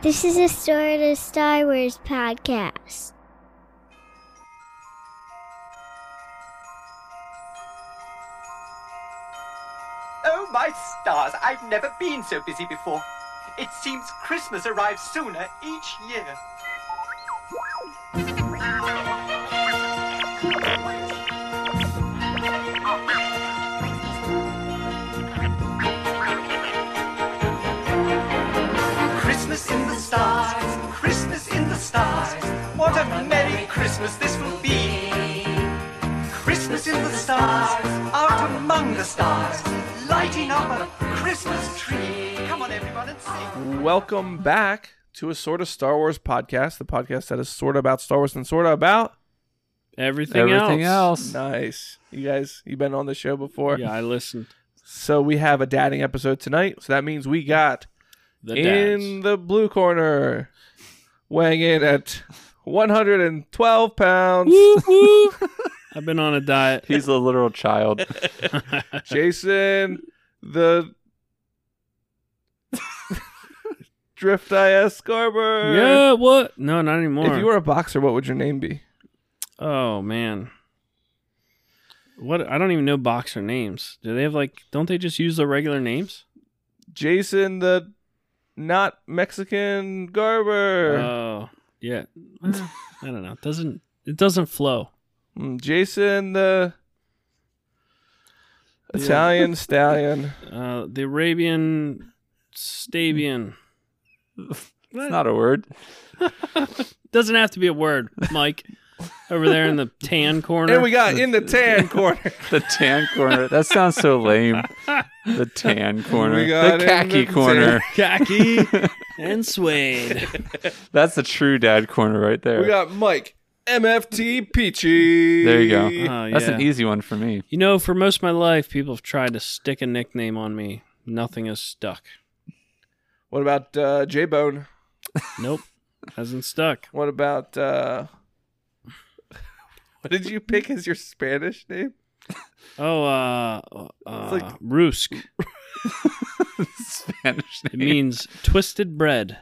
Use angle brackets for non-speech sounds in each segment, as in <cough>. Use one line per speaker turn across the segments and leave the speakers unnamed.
This is a Star to Star Wars podcast.
Oh, my stars, I've never been so busy before. It seems Christmas arrives sooner each year. Christmas in the stars, Christmas in the stars. What a merry Christmas this will be. Christmas in the stars, out among the stars, lighting up a Christmas tree. Come on, everyone, and sing.
Welcome back to a sort of Star Wars podcast, the podcast that is sort of about Star Wars and sort of about.
Everything,
everything else.
Nice. You guys, you've been on the show before.
Yeah, I listened.
So we have a dadding episode tonight. So that means we got
The
in
dads.
the blue corner, weighing in at 112 pounds,
I've been on a diet.
He's a literal child.
<laughs> Jason,
<laughs>
the Drift IS Scarber.
yeah, what? No, not anymore.
If you were a boxer, what would your name be?
oh man, what? I don't even know boxer names. Do they have like? Don't they just use the regular names?
Jason the not Mexican Garber.
Oh yeah. Well, <laughs> I don't know. It doesn't it doesn't flow?
Mm, Jason the Italian stallion.
Uh, the Arabian Stabian
It's not a word.
doesn't have to be a word, Mike. Over there in the tan corner.
And we got in the tan corner.
The tan corner. That sounds so lame. The tan corner.
We got
The
it
khaki
in the
corner.
khaki and suede.
That's the true dad corner right there.
We got Mike MFT Peachy.
there you go.
Oh,
That's an
yeah.
easy one for me. <laughs>
You know, for most of my life, people have tried to stick a nickname on me. Nothing has stuck.
What about uh, J Bone?
Nope, hasn't stuck.
What about uh, <laughs> what did you pick as your Spanish name?
Oh, uh, uh
It's like-
Rusk.
Spanish
It
<laughs> name.
means twisted bread.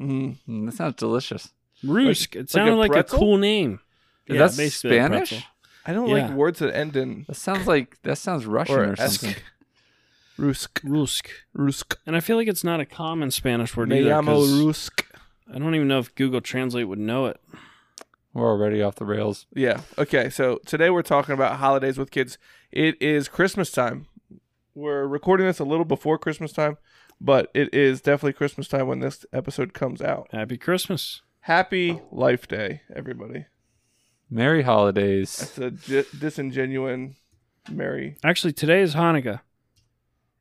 Mm.
Mm, that sounds delicious.
Rusk. It
like a
sounded like a,
pretzel?
cool name. Yeah,
That's
basically a
Spanish?
pretzel.
I don't like
Yeah.
words that end in
That sounds like that sounds Russian
or
or,
esk.
something.
Rusk.
Rusk.
Rusk.
And I feel like it's not a common Spanish word
Me
either.
llamo
'cause
Rusk.
I don't even know if Google Translate would know it.
We're already off the rails.
Yeah. Okay. So today we're talking about holidays with kids. It is Christmas time. We're recording this a little before Christmas time, but it is definitely Christmas time when this episode comes out.
Happy Christmas.
Happy Life Day, everybody.
Merry holidays.
That's a di- disingenuine merry.
Actually, today is Hanukkah.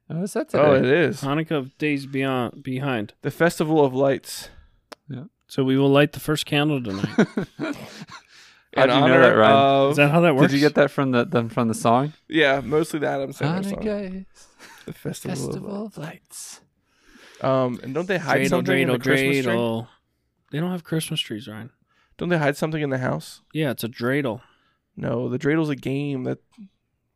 Oh, is that
Oh, it
today?
is.
Hanukkah of days beyond behind.
The Festival of Lights.
So we will light the first candle tonight.
How'd
In
you know
honor
that, Ryan?
of-
Is that how that works?
Did you get that from the them from the song?
yeah, mostly the Adam Sandler song.
Hanukkah
The Festival,
Festival of Lights.
of Um, and don't they hide
dreidel,
something in
dreidel,
the Christmas tree?
dreidel. They don't have Christmas trees, Ryan.
Don't they hide something in the house?
Yeah, it's a dreidel.
No, the dreidel's a game that
Yeah,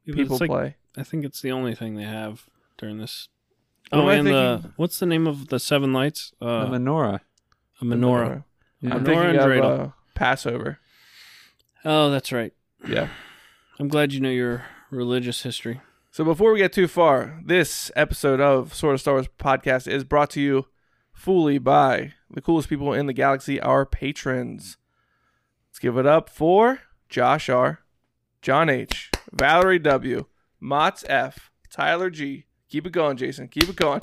but
people
it's like-
play.
I think it's the only thing they have during this.
What
oh,
am I
and the what's the name of the seven lights?
The
Uh,
menorah.
a menorah. A
Yeah.
I'm
menorah
thinking
and
of
dreidel.
uh, Passover.
oh, that's right.
Yeah.
I'm glad you know your religious history.
So before we get too far, this episode of Sort of Star Wars podcast is brought to you fully by the coolest people in the galaxy, our patrons. Let's give it up for Josh R, John H, Valerie W, Mott's F, Tyler G. Keep it going, Jason. Keep it going.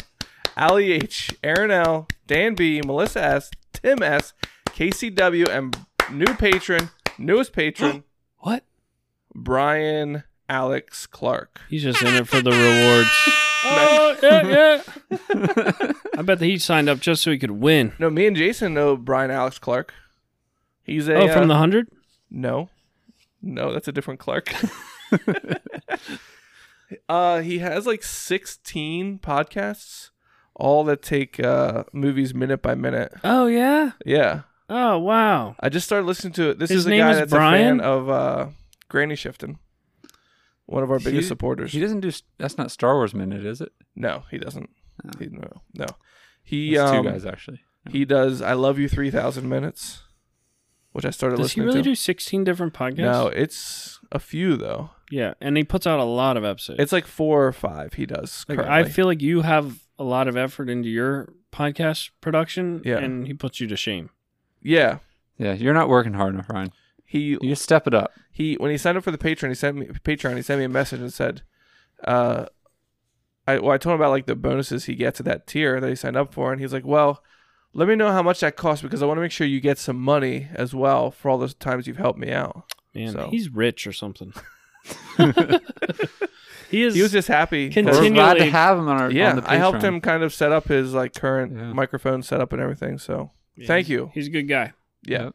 Ali H, Aaron L, Dan B, Melissa S, Tim S, Casey W, and new patron, newest patron,
What?
Brian Alex Clark.
He's just in it for the
<laughs>
rewards.
Oh,
yeah, yeah.
<laughs>
I bet that he signed up just so he could win.
No, me and Jason know Brian Alex Clark. He's a
oh, from the
uh,
hundred.
no, no, that's a different
<laughs>
Clark. <laughs> uh, he has like sixteen podcasts, all that take uh, movies minute by minute.
Oh yeah.
Yeah,
Oh wow.
I just started listening to it. This
His
is a
name
guy
is
that's a
Brian?
fan of uh, Granny Shifton, one of our biggest
He-
supporters.
He doesn't do. s- That's not Star Wars minute, is it?
no, he doesn't. He, no, no, he
It's
um,
two guys actually.
He does I Love You 3000 Minutes, which I started
Does he
listening
really
to.
do 16 different podcasts?
no, it's a few though.
Yeah, and he puts out a lot of episodes.
It's like four or five he does.
like I
currently.
feel like you have a lot of effort into your podcast production,
Yeah.
and he puts you to shame.
yeah.
Yeah, you're not working hard enough, Ryan.
He
You step it up.
he when he signed up for the Patreon, he sent me Patreon. He sent me a message and said, uh, I well, I told him about like the bonuses he gets at that tier that he signed up for, and he's like, well, let me know how much that costs because I want to make sure you get some money as well for all those times you've helped me out.
Man,
So-
he's rich or something.
<laughs>
he is.
He was just happy. 'cause-
We're glad to
Continually-
have him on our on
yeah,
the
I helped
Patreon.
him kind of set up his like current
Yeah.
microphone setup and everything. So
yeah,
thank
he's-
you.
He's a good guy,
yeah,
Yep.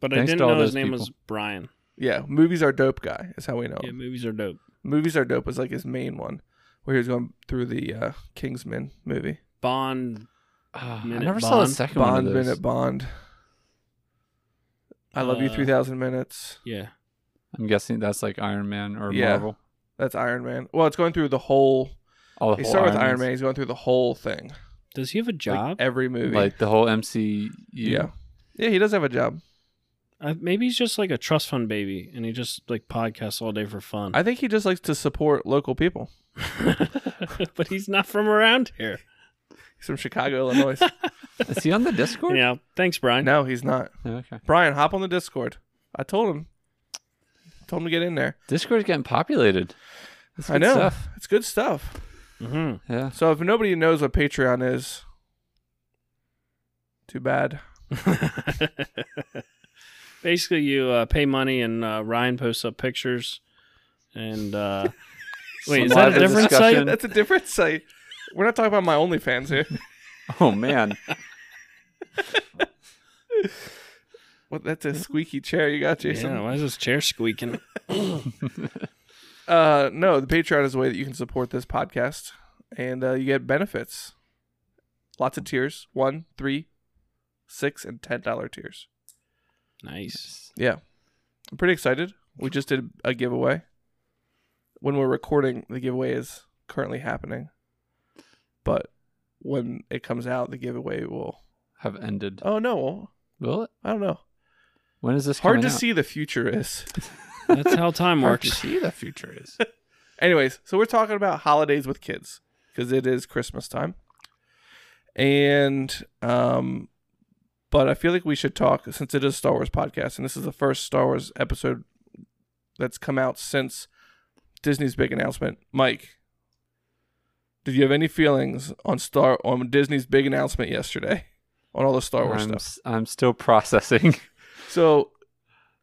but I
Thanks
didn't
to all
know his
those
name
people.
was Brian.
yeah. Movies are dope guy is how we know.
Yeah,
him.
movies are dope.
Movies are dope is like his main one, where he was going through the uh, Kingsman movie.
Bond.
Ah, I
Minute
never saw the
Bond.
second
Bond
one. Of those.
minute Bond. I love you
Uh,
three thousand minutes.
Yeah,
I'm guessing that's like Iron Man or
Yeah.
Marvel.
That's Iron Man. Well, it's going through the whole.
All the
He
whole
started with Iron
Mans.
Man. He's going through the whole thing.
does he have a
Like eh.
job?
every movie.
like the whole MCU.
yeah, yeah. He does have a job.
Uh, maybe he's just like a trust fund baby, and he just like podcasts all day for fun.
I think he just likes to support local people.
<laughs> but he's not from around here.
He's from Chicago, Illinois.
Is he on
<laughs>
the Discord?
Yeah, thanks, Brian.
no, he's not.
Okay.
Brian, hop on the Discord. I told him. Told him to get in there.
Discord's getting populated. That's
I
good
know.
Stuff.
It's good stuff.
hmm
Yeah. <laughs>
So if nobody knows what Patreon is, too bad.
Basically, you uh, pay money, and uh, Ryan posts up pictures.
<laughs>
And uh, wait, is
Some
that a
lively
different
discussion.
site?
That's a different site. We're not talking about my OnlyFans
<laughs>
here.
Oh man.
Well, that's a squeaky chair you got, Jason.
Yeah, why is this
<coughs>
chair squeaking?
Uh, no, the Patreon is a way that you can support this podcast, and uh, you get benefits. Lots of tiers: one, three, six, and ten dollar tiers.
Nice.
Yeah, I'm pretty excited. We just did a giveaway. When we're recording, the giveaway is currently happening, but when it comes out, the giveaway will.
Have ended.
Oh no,
Will it?
I don't know.
When is this?
Hard
coming
to
out?
see the future is.
That's how time
Hard to
works.
see the future
<laughs>
is.
Anyways, so we're talking about holidays with kids because it is Christmas time. And um but I feel like we should talk since it is Star Wars podcast and this is the first Star Wars episode that's come out since Disney's big announcement. Mike, did you have any feelings on Star on Disney's big announcement yesterday on all the Star Wars
I'm,
stuff?
s- I'm still processing. <laughs>
So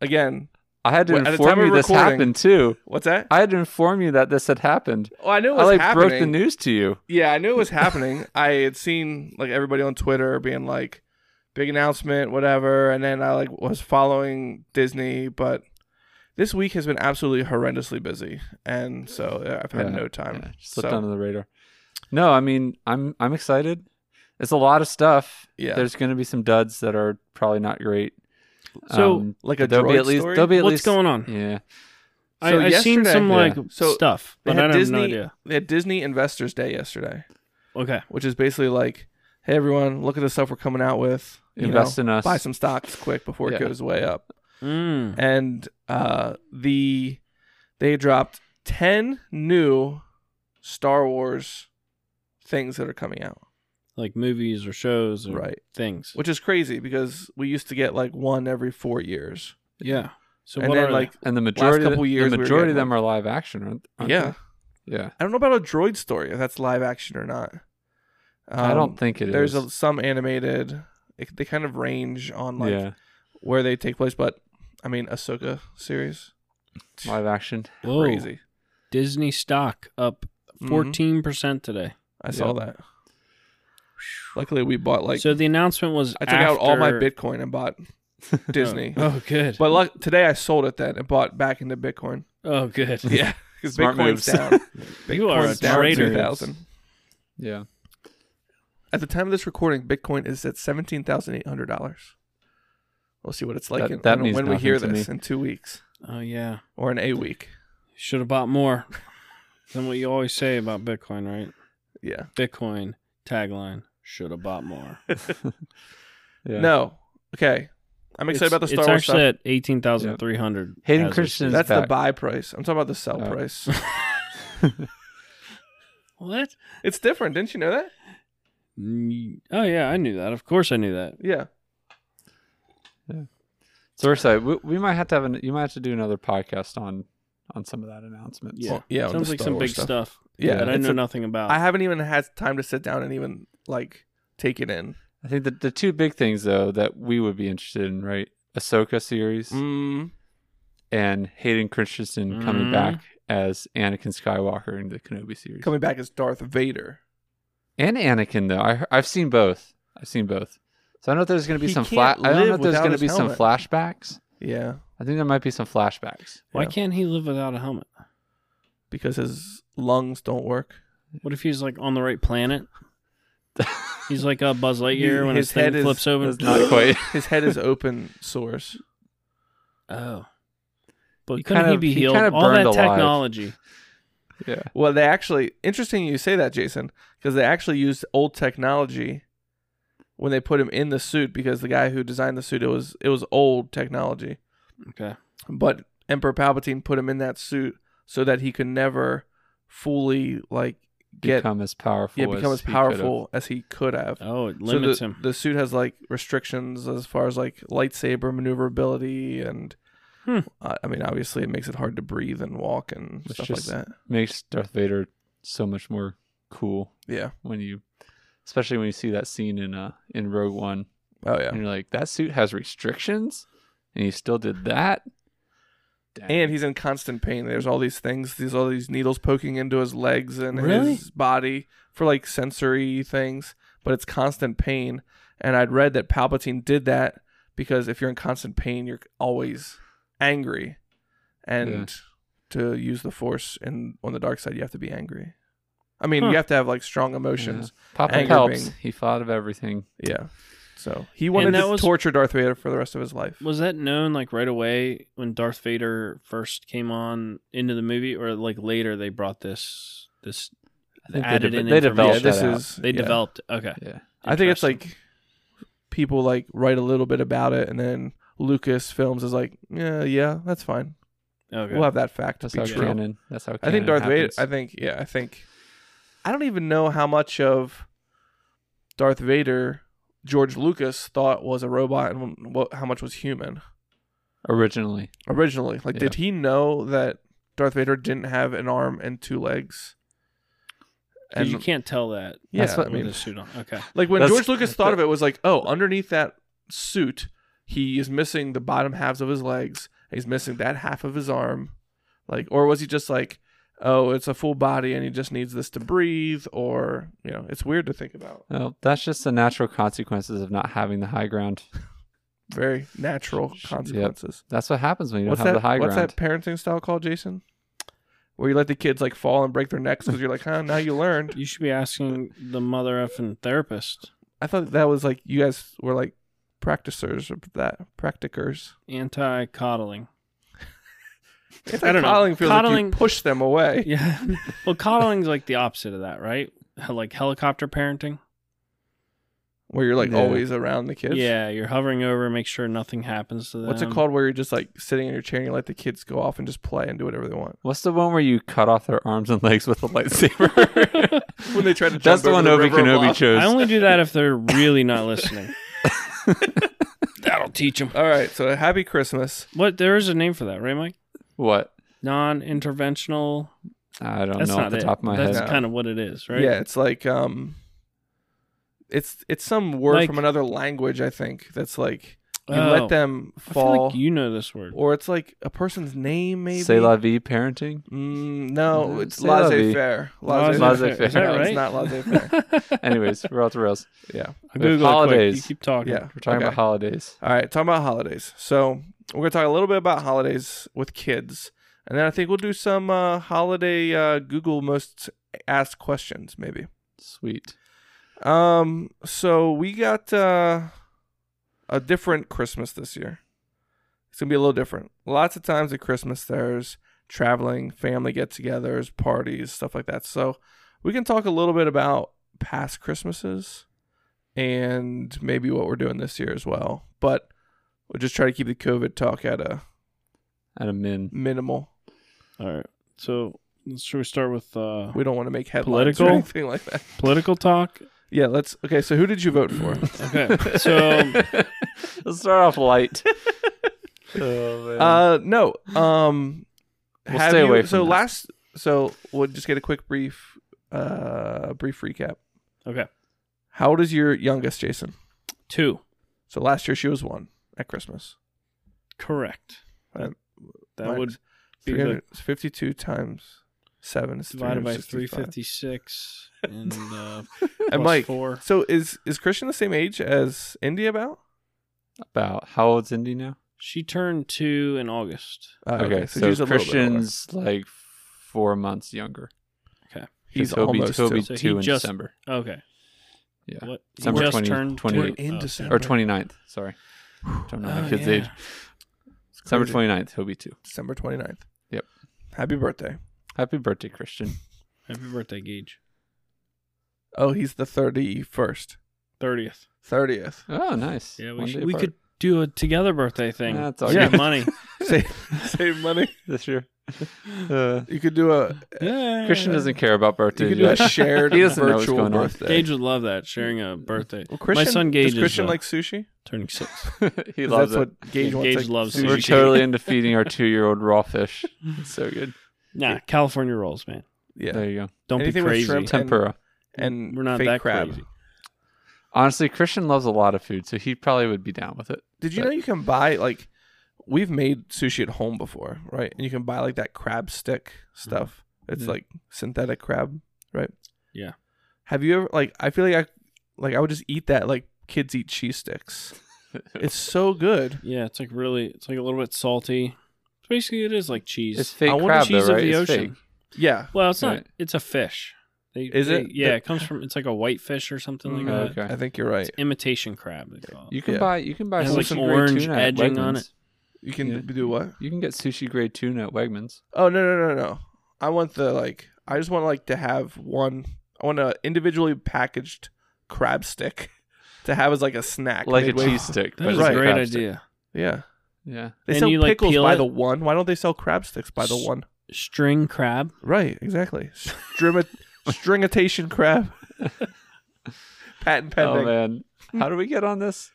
again,
I had to
Well, at the time
inform
of
you this
recording-
happened too.
what's that?
I had to inform you that this had happened.
Oh, I knew it
I
was
like
happening.
broke the news to you.
Yeah, I knew it was
<laughs>
happening. I had seen like everybody on Twitter being like, big announcement, whatever. And then I like was following Disney, but this week has been absolutely horrendously busy, and so uh, I've had
Yeah,
no time.
Yeah, slipped
so
under the radar. No, I mean I'm I'm excited. It's a lot of stuff.
Yeah.
There's going to be some duds that are probably not great. Um,
So,
like a
but there'll be
droid
at least
story?
there'll be at
What's
least
going on?
yeah.
So
I, I've seen
yesterday-
some
Yeah.
like
So,
stuff,
they
but I
had
have
Disney.
no idea.
They had Disney Investors Day yesterday,
Okay,
which is basically like, hey everyone, look at the stuff we're coming out with. You
Invest
know,
in us.
buy some stocks quick before it
Yeah.
goes way up.
mm.
and uh, the they dropped ten new Star Wars things that are coming out,
like movies or shows or
right?
things.
Which is crazy because we used to get like one every four years,
Yeah. So
and
what
then
are
like
like
and the majority
couple
of,
years we
the
were
majority of
getting,
them are live action, aren't, aren't
yeah,
they? Yeah.
I don't know about a droid story if that's live action or not.
I
Um,
don't think it is.
there's a, some animated. It, they kind of range on <laughs> like
yeah,
where they take place, but I mean, Ahsoka series,
live action.
whoa,
crazy.
Disney stock up
Mhm.
fourteen percent today.
Mm-hmm. I saw that. Luckily, we bought like
so the announcement was
I took out all my
after-
Bitcoin and bought Disney.
Oh, good.
But luck, today I sold it then and bought back into Bitcoin.
oh,
<laughs>
good.
Yeah, because
Smart
Bitcoin's
moves.
down.
You are a
Bitcoin's down
traitor.
two thousand. <laughs>
Yeah.
At the time of this recording, Bitcoin is at seventeen thousand eight hundred dollars. We'll see what it's like
That-
in-
that
when,
means
when we
nothing
hear
to
this
me.
in two weeks
Oh yeah.
or in a week.
Should have bought more than what you always say about Bitcoin, right?
Yeah,
Bitcoin tagline. Should have bought more.
Yeah.
No. Okay. I'm excited about the Star
it's
Wars
actually
stuff.
at eighteen thousand three hundred.
Hayden Christensen's
That's the
back.
buy price. I'm talking about the sell
Oh.
price. <laughs>
What?
it's different. Didn't you know that?
Mm, Oh yeah, I knew that. Of course, I knew that.
Yeah.
So we're excited. We, we might have to have an, you might have to do another podcast on on some of that announcement.
Yeah,
Well, yeah, on
Sounds
the
like
Star
some
Wars
big
stuff.
stuff.
Yeah.
that I
it's
know
a-
nothing about.
I haven't even had time to sit down and even like take it in.
I think the the two big things though that we would be interested in, right? Ahsoka series
Mm,
and Hayden Christensen coming
Mhm.
back as Anakin Skywalker in the Kenobi series.
coming back as Darth Vader.
and Anakin though. I I've seen both. I've seen both. So I don't know if there's going to be
He
some flat.
can't
I don't know
live
if there's
without
going
his
to be some
helmet.
flashbacks.
Yeah.
I think there might be some flashbacks.
Why
Yeah.
can't he live without a helmet?
Because his lungs don't work.
What if he's like on the right planet? He's like a Buzz
<laughs>
Lightyear when
his
his,
head
head
is-
flips open.
That's
<laughs>
not quite.
His head is open source.
Oh, but
He
couldn't
kind
he
of-
be
he
healed?
kind of
All that
burned alive.
technology.
yeah.
Well, they actually interesting you say that, Jason, because they actually used old technology when they put him in the suit because the guy who designed the suit it was it was old technology.
Okay.
But Emperor Palpatine put him in that suit so that he could never fully like get
Become as powerful.
yeah, become as
he could have.
powerful as he could have.
Oh, it
So
limits
the,
him.
the suit has like restrictions as far as like lightsaber maneuverability and
Hmm.
uh, I mean obviously it makes it hard to breathe and walk and
It's
stuff
just-
like that.
Makes Darth Vader so much more cool.
Yeah.
when you especially when you see that scene in uh in Rogue One
Oh yeah.
and you're like that suit has restrictions and you still did that Dang.
and he's in constant pain. There's all these things, these all these needles poking into his legs and
Really?
his body for like sensory things, but it's constant pain. And I'd read that Palpatine did that because if you're in constant pain, you're always angry. And
Yeah.
to use the force in on the dark side, you have to be angry. I mean,
Huh.
you have to have like strong
Yeah.
emotions.
Papa
Anger
Pelps
being-
he thought of everything
Yeah. So he wanted
that
to
was-
torture Darth Vader for the rest of his life.
Was that known like right away when Darth Vader first came on into the movie, or like later they brought this this
I think
added
de-
in
they
yeah,
developed
information?
this
that out.
is
They
yeah.
developed. Okay.
yeah
I think it's
Interesting.
like people like write a little bit about it, and then Lucas Films is like, yeah, yeah, that's fine.
Okay.
We'll have that fact to
that's
be
how
true.
canon that's how
I think
canon
Darth Vader.
happens.
I think yeah. I think I don't even know how much of Darth Vader George Lucas thought was a robot and what, how much was human
originally
originally. Like,
Yeah.
did he know that Darth Vader didn't have an arm and two legs?
'Cause you can't tell that.
Yeah,
That's what I
with
mean-
the suit on. Okay.
Like when
That's-
George Lucas thought of it, it was like, oh, underneath that suit, he is missing the bottom halves of his legs. He's missing that half of his arm. Like, or was he just like, oh, it's a full body and he just needs this to breathe? Or you know, it's weird to think about.
well, that's just the natural consequences of not having the high ground
Very natural
Yep.
consequences.
that's what happens when you don't
What's
have
that?
the high
what's
ground
that parenting style called, Jason? Where you let the kids like fall and break their necks because you're like, huh, now you learned.
You should be asking the mother effing therapist,
I thought that was like you guys were like practicers of that practicers.
anti coddling.
It's
I
like
don't know.
coddling feels like you
Coddling-
push them away.
<laughs> Yeah. well, coddling's like the opposite of that, right? Like helicopter parenting.
Where you're like
Yeah.
always around the kids.
Yeah, um, you're hovering over, make sure nothing happens to them.
What's it called where you're just like sitting in your chair and you let the kids go off and just play and do whatever they want?
what's the one where you cut off their arms and legs with a lightsaber
<laughs> When they try
<laughs>
to
that's
jump
the
over
one
the
Obi
river of
Kenobi
lava.
chose
I only do that if they're really not listening. That'll teach them.
All right, so happy Christmas.
What? There is a name for that, right, Mike?
what
Non-interventional.
I don't
That's
know
not
off the
it.
top of my
That's
head.
kind of what it is, right?
Yeah, it's like um it's it's some word
Like-
from another language, I think, that's like you
Oh.
let them
I feel
fall.
like you know this word.
or it's like a person's name maybe.
Say la vie parenting.
<laughs> Mm, no,
Mm,
it's
say la vie.
laissez faire.
Laissez-faire.
Laissez-faire.
Is
<laughs>
that
No,
right?
it's not laissez faire.
<laughs>
Anyways, we're off the rails.
yeah.
I'll Google it quick.
holidays.
You keep talking.
Yeah.
We're talking
okay.
about holidays.
All right, talking about holidays. So we're gonna talk a little bit about holidays with kids, and then I think we'll do some uh, holiday uh, Google most asked questions, maybe.
Sweet.
Um, so we got uh, a different Christmas this year. It's gonna be a little different. Lots of times at Christmas, there's traveling, family get-togethers, parties, stuff like that. So we can talk a little bit about past Christmases, and maybe what we're doing this year as well. But we'll just try to keep the COVID talk at a
At a min.
minimal.
All right. So should we start with uh,
We don't want to make headlines
Political?
or anything like that.
political talk?
Yeah, let's. Okay, so who did you vote for?
Okay. So
Let's start off light. oh, man.
Uh, no. Um,
We'll
have
stay
you-
away from
so
that.
last. So we'll just get a quick brief, uh, brief recap.
okay,
How old is your youngest, Jason?
two
So last year she was one at Christmas.
correct. That,
Um,
that
minus
would be the
352 times seven is
divided by
365. <laughs>
356 and uh,
And
plus
Mike,
four.
so is is Christian the same age as India? About
About how old's Indy now?
She turned two in August.
Uh,
Okay,
she
so,
was a little bit older.
Christian's like four months younger.
He's
He'll be-
almost
he'll
two.
be
So he
two in
just-
December.
Okay.
Yeah.
What? he
December
just
20
turned
28.
two?
In
Oh,
December.
uh, Or 29th, sorry. Don't know my
Oh,
kid's
yeah.
age. December
crazy.
29th, he'll be two.
December 29th.
Yep.
Happy birthday.
Happy birthday, Christian.
Happy birthday, Gage.
Oh, he's the 31st,
30th.
<laughs>
30th.
Oh, nice.
Yeah,
One
we, should,
day
we
apart.
could do a together birthday thing.
That's all
Save
good. <laughs>
money.
save, save money. <laughs>
this year. Uh,
You could do a
Yeah.
Christian doesn't care about birthdays.
you could do a
yet. <laughs>
shared
He doesn't know what's
virtual
going on.
birthday.
Gage would love that, sharing a birthday.
Well, Christian,
My son Gage
does Christian
is uh,
like sushi?
turning six.
he <laughs>
'Cause that's
loves it.
what Gage
Yeah,
wants.
Gage
like,
loves
sushi.
We're totally into feeding our two-year-old raw
<laughs>
fish. It's so good.
Nah, California rolls, man.
Yeah,
There you go.
Don't
Anything
be
with
crazy.
shrimp and-
Tempura.
and
We're not
fake
that
crab.
crazy.
Honestly, Christian loves a lot of food, so he probably would be down with it.
Did you
But-
know you can buy like we've made sushi at home before, right? And you can buy like that crab stick stuff. It's
Mhm.
like synthetic crab, right?
Mm-hmm. Yeah.
Have you ever like I feel like I like I would just eat that like kids eat cheese <laughs> sticks. it's so good.
Yeah, it's like really, it's like a little bit salty. Basically, it is like cheese.
It's fake
I want
crab,
cheese
though,
of
right?
the
It's
ocean.
fake.
Yeah.
Well, it's not.
Right.
It's a fish. They,
Is
they-
it?
Yeah, it comes from. It's like a white fish or something like
Mm,
that.
Oh, Okay.
I think you're right.
It's imitation crab. They call it.
You can
Yeah.
buy you can buy
It has, like,
sushi
orange
grade tuna at
edging on
Wegmans.
it.
You can
Yeah.
do what?
You can get sushi grade tuna at Wegmans.
Oh no no no no! I want the like. I just want like to have one. I want a individually packaged crab stick <laughs> to have as like a snack,
Like
midway-
a cheese stick.
That
but
is
it's
a
Right.
great
crab stick.
idea.
Yeah,
Yeah.
they
And
sell
you, like,
pickles
peel
by
it?
the one. Why don't they sell crab sticks by the
S-
one?
String crab.
Right,
<laughs>
exactly. Strima- stringitation crab. Patent
Oh
pending.
man. How do we get on this?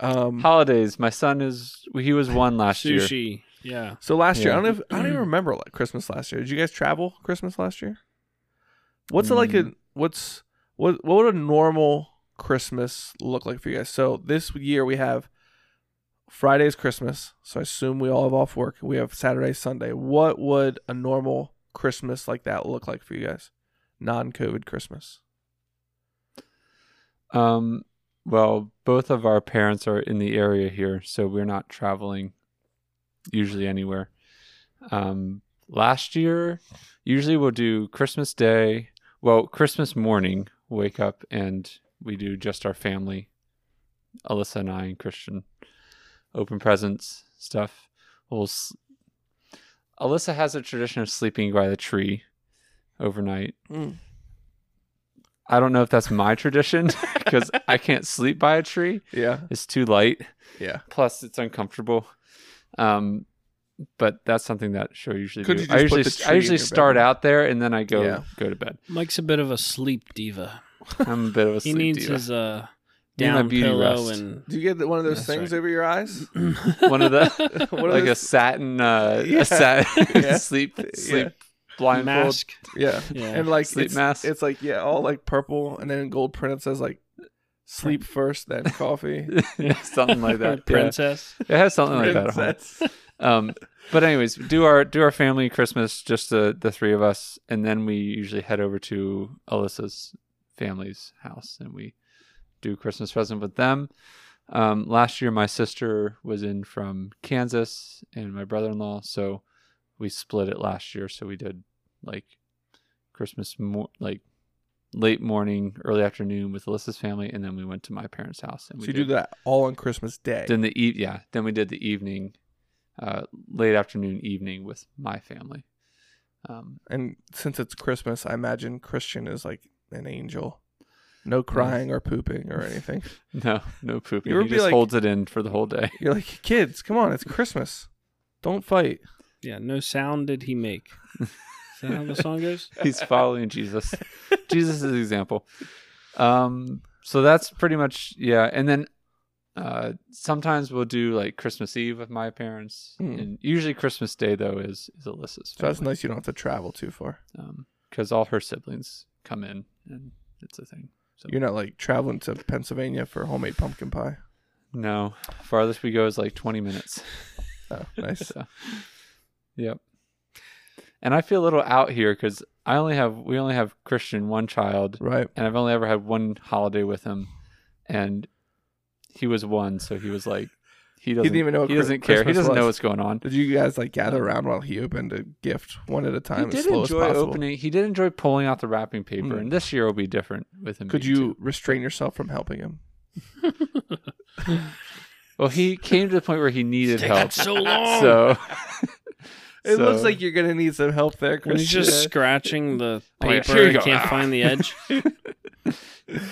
um,
Holidays. My son is he was one last year.
Sushi. Yeah.
so last year, I
Yeah.
don't know. If, I don't <clears throat> even remember like Christmas last year. Did you guys travel Christmas last year? What's it like a what's what what would a normal Christmas look like for you guys? So this year we have Friday's Christmas, so I assume we all have off work. We have Saturday, Sunday. What would a normal Christmas like that look like for you guys? Non-COVID Christmas.
Um, well, both of our parents are in the area here, so we're not traveling usually anywhere. Um, last year, usually we'll do Christmas Day. Well, Christmas morning, wake up and we do just our family, Alyssa and I and Christian, open presents stuff. We'll. S- Alyssa has a tradition of sleeping by the tree overnight. I don't know if that's my <laughs> tradition because I can't sleep by a tree.
Yeah,
It's too light.
yeah.
Plus, it's uncomfortable. Um, but that's something that she'll usually
Could
do.
you
I
just
usually,
put the
I
tree in
usually
your
start
bedroom?
out there and then I go
Yeah.
go to bed.
Mike's a bit of a sleep diva.
I'm a bit of a
<laughs> He
sleep
needs
diva.
his uh
Me and my
down
beauty
pillow
rest.
and
Do you get the, one of those
That's
things
right.
over your eyes?
<laughs>
<laughs>
one of the
What are
like a
those-
satin uh,
Yeah.
a <laughs> satin
<laughs> Yeah.
sleep
Yeah.
sleep blindfold. <laughs>
mask.
Yeah.
Yeah.
And like
Sleep
it's,
mask.
it's like yeah, all like purple and then in gold print it says like sleep first,
<laughs>
then coffee.
<laughs>
something like that. Yeah.
Princess.
It has something
<laughs>
like that. on it.
Princess.
<laughs> um but anyways do our do our family christmas just the the three of us and then we usually head over to alyssa's family's house and we do christmas present with them um last year my sister was in from kansas and my brother-in-law so we split it last year so we did like christmas mo- like late morning early afternoon with alyssa's family and then we went to my parents house and
So
we
you
did
do that all on Christmas Day.
then the eve yeah then we did the evening uh late afternoon evening with my family um <laughs>
and since it's Christmas, I imagine Christian is like an angel. No crying or pooping or anything.
No, no pooping.
You would
He
be
just
like-
holds it in for the
<laughs>
whole day.
You're like, kids, come on, it's Christmas. Don't fight.
Yeah, no sound did he make. Is that how the song
<laughs>
goes?
He's
<laughs>
following Jesus. Jesus' example. Um, so that's pretty much yeah. And then uh, sometimes we'll do like Christmas Eve with my parents,
Hmm.
and usually Christmas Day though is is Alyssa's.
So that's
family.
nice. You don't have to travel too far.
because all her siblings come in, and it's a thing. So
You're not like traveling to Pennsylvania for homemade pumpkin pie.
<laughs> no, farthest we go is like twenty minutes.
Oh, nice.
So, yep. And I feel a little out here because I only have we only have Christian one child,
right.
and I've only ever had one holiday with him, and he was one, so he was like, he doesn't
even know what
he
Chri-
doesn't care,
Christmas
he doesn't know
was.
what's going on.
Did you guys like gather around while he opened a gift one at a time
He
as
did
slow
enjoy
as possible?
opening. He did enjoy pulling out the wrapping paper,
Mm.
and this year will be different with him.
Could
being
you
two.
restrain yourself from helping him?
Well, he came to the point where he needed help.
so long.
<laughs> So
It looks
So-
like you're gonna need some help there,
When he's
Christian.
<laughs>
just scratching the
Oh, yeah,
paper,
here you
and
go.
can't
Ah.
find
<laughs>
the edge.
<laughs>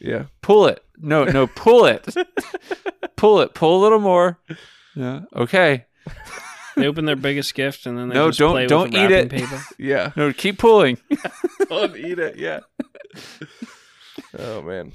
yeah.
pull it. No, no, pull it.
<laughs>
pull it. Pull a little more. Yeah. Okay.
They open their biggest gift and then they
No,
just
don't-
play
don't
with the
eat
wrapping
it.
paper.
Yeah.
No, keep pulling.
<laughs> Don't eat it, yeah. <laughs> oh man.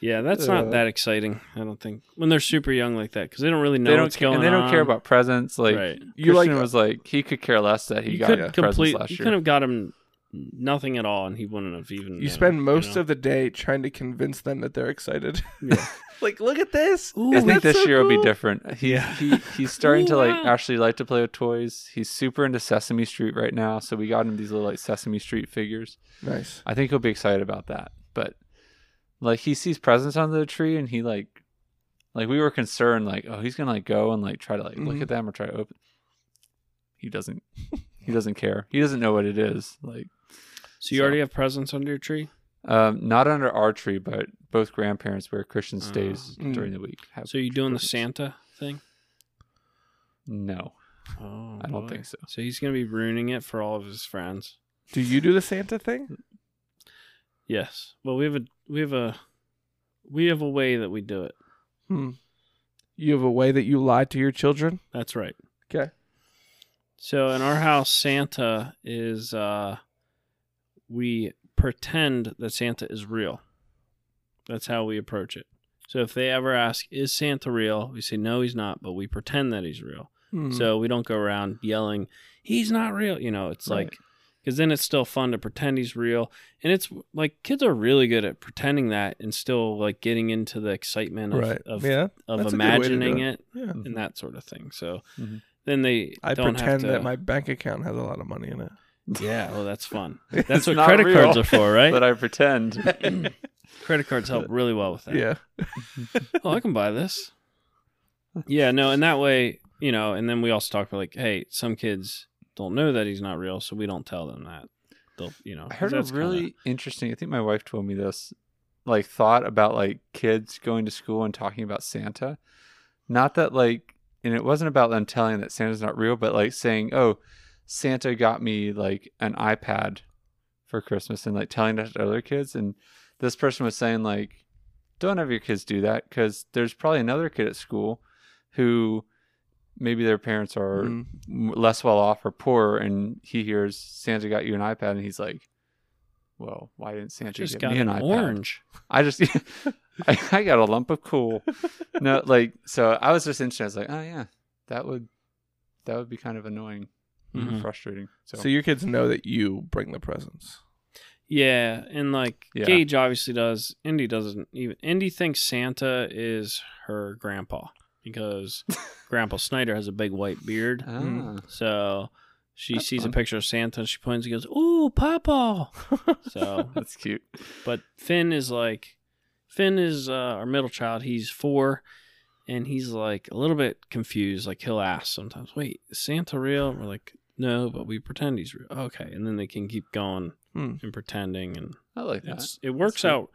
Yeah, that's
Uh,
not that exciting. I don't think when they're super young like that because they don't really know
they don't
what's
care,
going
and they don't care
on.
about presents. Like
right.
You
Christian
like-
was like he could care less that he
You
got
could
presents
complete.
last
You
year.
could have got him nothing at all, and he wouldn't have even.
You spend most of the day trying to convince them that they're excited. <laughs>
Yeah.
like, look at this.
I
Isn't that
think this
so
year will be
cool?"
different. He, he he's starting to like
Wow.
actually like to play with toys. He's super into Sesame Street right now, so we got him these little like Sesame Street figures.
Nice.
I think he'll be excited about that. But like he sees presents under the tree and he like like we were concerned like oh he's gonna like go and like try to like look
Mm-hmm.
Mhm.
at them or try to open. He doesn't. He doesn't care. He doesn't know what it is. Like
So you already have presents under your tree.
um, not under our tree, but both grandparents where Christian stays
Mm.
during the week. Have
So you doing the
presents.
Santa thing?
No.
Oh,
I don't think so.
So he's gonna be ruining it for all of his friends.
Do you do the Santa thing?
Yes. Well, we have a we have a we have a way that we do it.
Hmm. You have a way that you lie to your children?
That's right.
Okay.
So in our house, Santa is uh we pretend that Santa is real. That's how we approach it. So if they ever ask, is Santa real? We say no he's not, but we pretend that he's real.
Hmm.
So we don't go around yelling, he's not real. You know, it's
Right.
like because then it's still fun to pretend he's real. And it's like kids are really good at pretending that and still like getting into the excitement of
right.
of,
yeah.
of
that's a good way to do
imagining
it.
it
Yeah.
and that sort of thing. So
Mhm.
then they
I
don't have
pretend
to,
that
<laughs>
my bank account has a lot of money in it.
yeah.
<laughs>
Well, that's
<laughs>
fun.
It's
That's what
not
credit
real,
cards are for,
But
right?
I pretend.
<laughs> credit
<laughs>
cards help really well with that.
Yeah.
Oh, I can
<laughs>
buy this. Yeah. No, and that way, you know, and then we also talk about like, hey, some kids don't know that he's not real, so we don't tell them that. They'll, you know,
I
'cause
heard a
that's kinda-
really interesting. I think my wife told me this, like thought about like kids going to school and talking about Santa. Not that like, and it wasn't about them telling that Santa's not real, but like saying, "Oh, Santa got me like an iPad for Christmas," and like telling that to other kids. And this person was saying like, "Don't have your kids do that because there's probably another kid at school who." Maybe their parents are
Mm-hmm.
Mm.
m- less well off or poor, and he hears Santa got you an iPad, and he's like, "Well, why didn't Santa
just
give
got
me an,
an
iPad?
orange.
I just, <laughs> I, I got a lump
<laughs>
of cool." no, like, so I was just interested. I was like, "Oh yeah, that would, that would be kind of annoying, and
Mhm.
frustrating." So,
So. your kids know that you bring the presents.
Yeah, and like
Yeah.
Gage obviously does. Indy doesn't even. Indy thinks Santa is her grandpa
<laughs>
because Grandpa Snyder has a big white beard.
Ah.
So she
That's
sees
fun.
a picture of Santa and she points and goes, "Ooh,
<laughs>
Papa!" so,
that's cute.
but Finn is like, Finn is uh, our middle child. He's four, and he's like a little bit confused. Like he'll ask sometimes, "Wait, is Santa real?" We're like, "No, but we pretend he's real." Okay, and then they can keep going
Hmm.
and pretending and
I like that.
it's it works
sweet.
out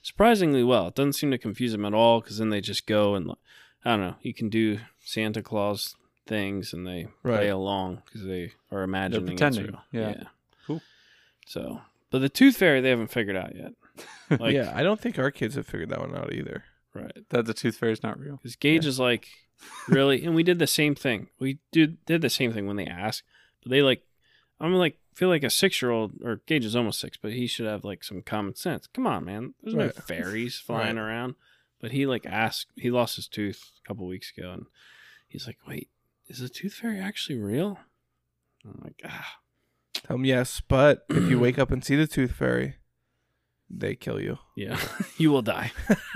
surprisingly well. It doesn't seem to confuse them at all because then they just go and like, I don't know. You can do Santa Claus things and they
Right.
play along because they are imagining. it's
pretending,
real.
yeah. Cool.
<laughs>
So, but the Tooth Fairy they haven't figured out yet. Like,
yeah, I don't think our kids have figured that one out either.
right.
That the tooth fairy's not real.
Because Gage is like, really, and we did the same thing. We did did the same thing when they asked, but they like, I'm like, feel like a six year old, or Gage is almost six, but he should have like some common sense. Come on, man, there's
Right. <laughs>
no fairies flying
Right.
around. But he like asked, he lost his tooth a couple weeks ago, and he's like, wait, is the tooth fairy actually real? I'm like, ah,
Tell them yes, but if you wake up and see the tooth fairy, they kill you.
yeah, <laughs> you will die.
<laughs>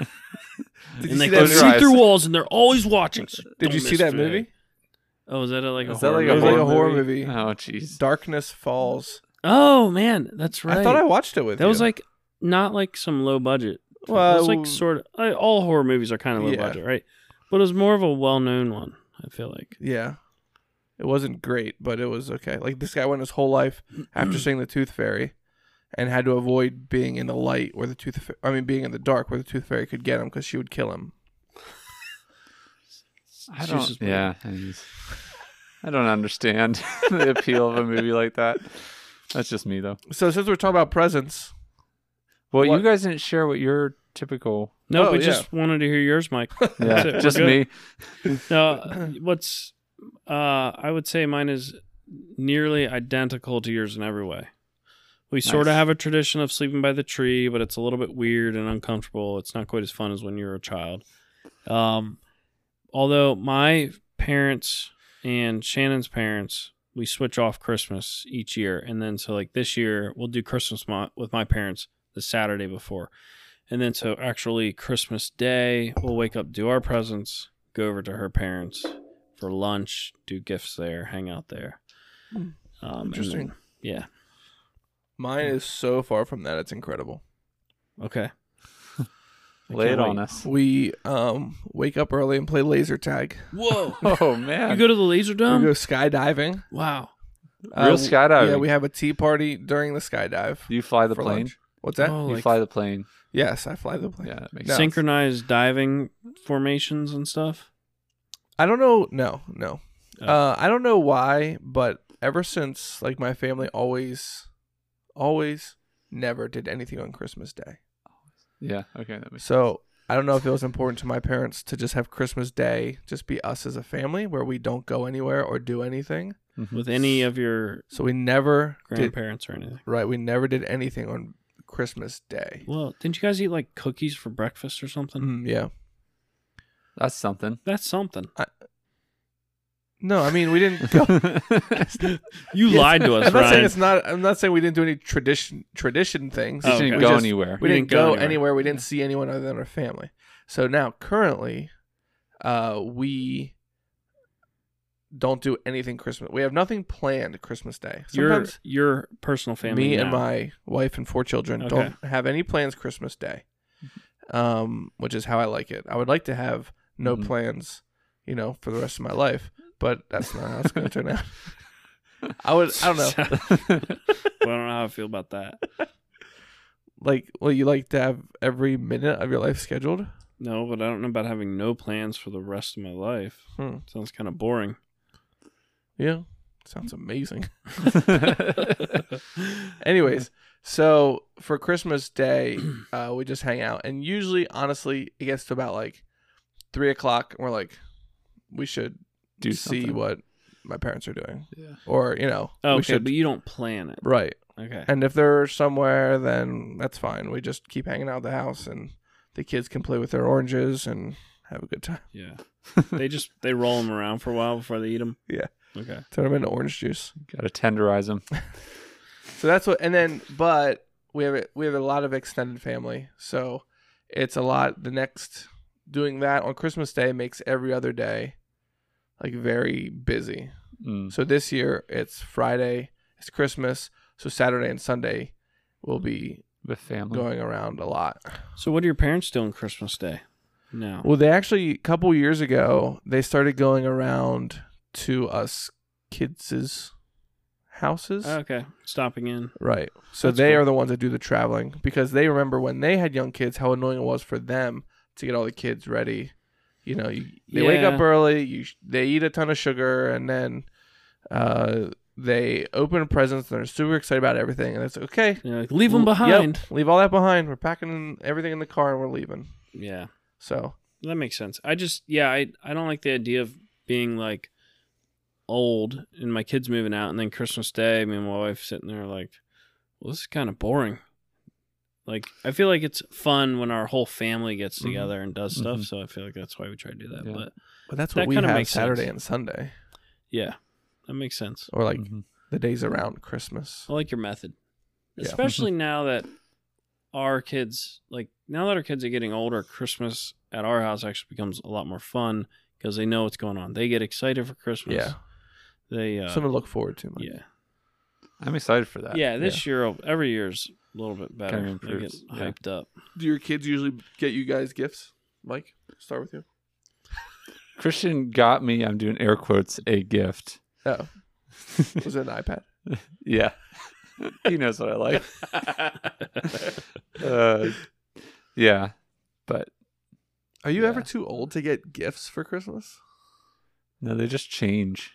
Did you
and they
see that?
can
close your
movie?
eyes.
shoot through walls, and they're always watching. So
Did
don't
you see
miss
that
today.
movie?
Oh, is that a, like a
Is that
horror
It
like a,
was
horror,
like a horror movie.
movie? Oh, jeez.
Darkness Falls.
Oh man, that's right.
I thought I watched it with
That
you.
was like not like some low budget. it
Well,
was like sort of uh, all horror movies are kind of low
Yeah.
budget, right? But it was more of a well known one. I feel like
Yeah. It wasn't great, but it was okay. Like this guy went his whole life after seeing the tooth fairy and had to avoid being in the light where the tooth fa- I mean being in the dark where the tooth fairy could get him cuz she would kill him.
I
It's
don't.
just-
Yeah, and I don't understand <laughs> the appeal of a movie like that. That's just me though.
So since we're talking about presents,
Well,
What-
you guys didn't share what your typical.
no,
Oh,
we
yeah.
just wanted to hear yours,
<laughs>
Mike.
Yeah,
it, we're
just
good.
me.
No, uh, what's uh, I would say mine is nearly identical to yours in every way. We sort of
Nice.
have a tradition of sleeping by the tree, but it's a little bit weird and uncomfortable. It's not quite as fun as when you were a child. Um, although my parents and Shannon's parents, we switch off Christmas each year, and then so like this year we'll do Christmas mo- with my parents the Saturday before, and then so actually Christmas Day we'll wake up, do our presents, go over to her parents for lunch, do gifts there, hang out there.
Hmm.
Um, and
Interesting.
then- yeah.
mine is so far from that it's incredible.
Okay. I
Lay it
can't
on
wait.
us. <laughs>
We um wake up early and play laser tag. <laughs>
Whoa!
Oh
you
man,
go to the laser dome?
we go skydiving.
wow.
real skydiving.
Uh, Yeah, we have a tea party during the skydive.
you fly the
for
plane.
lunch. What's that?
Oh,
You
like
fly the plane.
Yes, I fly the plane.
Yeah, that makes
No.
sense.
synchronized diving formations and stuff.
I don't know. No, no.
Oh.
Uh, I don't know why, but ever since, like, my family always, always, never did anything on Christmas Day.
Yeah. Okay, that makes
So I don't know if it was important to my parents to just have Christmas Day just be us as a family where we don't go anywhere or do anything.
sense. Mhm.
with any of your
So we never did.
grandparents or anything.
Right, we never did anything on Christmas Day.
Well, didn't you guys eat like cookies for breakfast or something?
Mm, yeah.
<laughs>
That's something.
That's something.
No, I mean we
<laughs>
didn't go.
You
Yes.
lied
<laughs>
to us,
I'm not saying
Ryan.
it's not. I'm not saying we didn't do any tradition tradition things.
Oh,
You didn't
okay.
We
go
just-
<laughs>
anywhere. <laughs>
we didn't, go, anywhere. We didn't see anyone other than our family. So now, currently, uh, we don't do anything Christmas. We have nothing planned Christmas Day.
Your
Sometimes
your personal family.
me
now.
and my wife and four children
Okay.
don't have any plans Christmas Day, um, which is how I like it. I would like to have no
Mhm.
plans, you know, for the rest of my life, but that's not how it's going to turn
<laughs>
out. I would. I don't know.
Well, I don't know how I feel about that.
Like, well, you like to have every minute of your life scheduled.
No, but I don't know about having no plans for the rest of my life.
Hmm.
Sounds kind of boring.
Yeah, sounds amazing. <laughs>
That's
Anyways, so for Christmas
<clears throat>
Day, uh, we just hang out, and usually, honestly, it gets to about like three o'clock, and we're like, we should
Do
see
something.
what my parents are doing,
Yeah.
or you know, we
Oh, okay,
should
but you don't plan it.
right.
Okay.
<laughs> And if they're somewhere, then that's fine. We just keep hanging out at the house, and the kids can play with their oranges and have a good time. <laughs>
Yeah. They just they roll them around for a while before they eat them.
Yeah.
Okay.
Turn them into orange juice.
Gotta tenderize them.
So that's what, and then, but we have a, we have a lot of extended family, so it's a lot. The next doing that on Christmas Day makes every other day like very busy.
Mm.
So this year it's Friday, it's Christmas, so Saturday and Sunday we'll be
With family.
going around a lot.
So what do your parents do on Christmas Day? No.
Well, they actually a couple years ago they started going around to us kids' houses.
Okay. Stopping in.
Right. So
That's
they
cool.
are the ones that do the traveling because they remember when they had young kids how annoying it was for them to get all the kids ready. You know, you, they wake up
Yeah.
early, you sh- they eat a ton of sugar, and then uh, They open presents and they're super excited about everything. And it's okay.
You know, like, leave them
Yep,
behind.
leave all that behind. We're packing in everything in the car and we're leaving.
Yeah.
So
That makes sense. I just yeah, I I don't like the idea of being like old and my kids moving out and then Christmas Day, me and my wife sitting there like, Well, this is kinda boring. Like I feel like it's fun when our whole family gets
Mhm.
together and does stuff,
Mhm.
so I feel like that's why we try to do that.
Yeah.
But
but that's what
That
we
kinda
have
makes
Saturday
sense.
and Sunday.
yeah, that makes sense.
Or like
Mhm.
the days around Christmas.
I like your method.
Yeah.
Especially now that our kids like now that our kids are getting older, Christmas at our house actually becomes a lot more fun because they know what's going on. They get excited for Christmas.
Yeah.
They uh,
Something to look forward to. Mike.
yeah
I'm excited for that.
yeah this year every year's a little bit better.
Kinda
they get
improves, yeah.
<laughs>
hyped up.
Do your kids usually get you guys gifts? Mike, start with you.
Christian got me, I'm doing air quotes, a gift.
<laughs> Oh, was it an iPad?
Yeah. <laughs> he knows what I like. <laughs> Uh, yeah. But
Are you ever
Yeah.
too old to get gifts for Christmas?
no, they just change.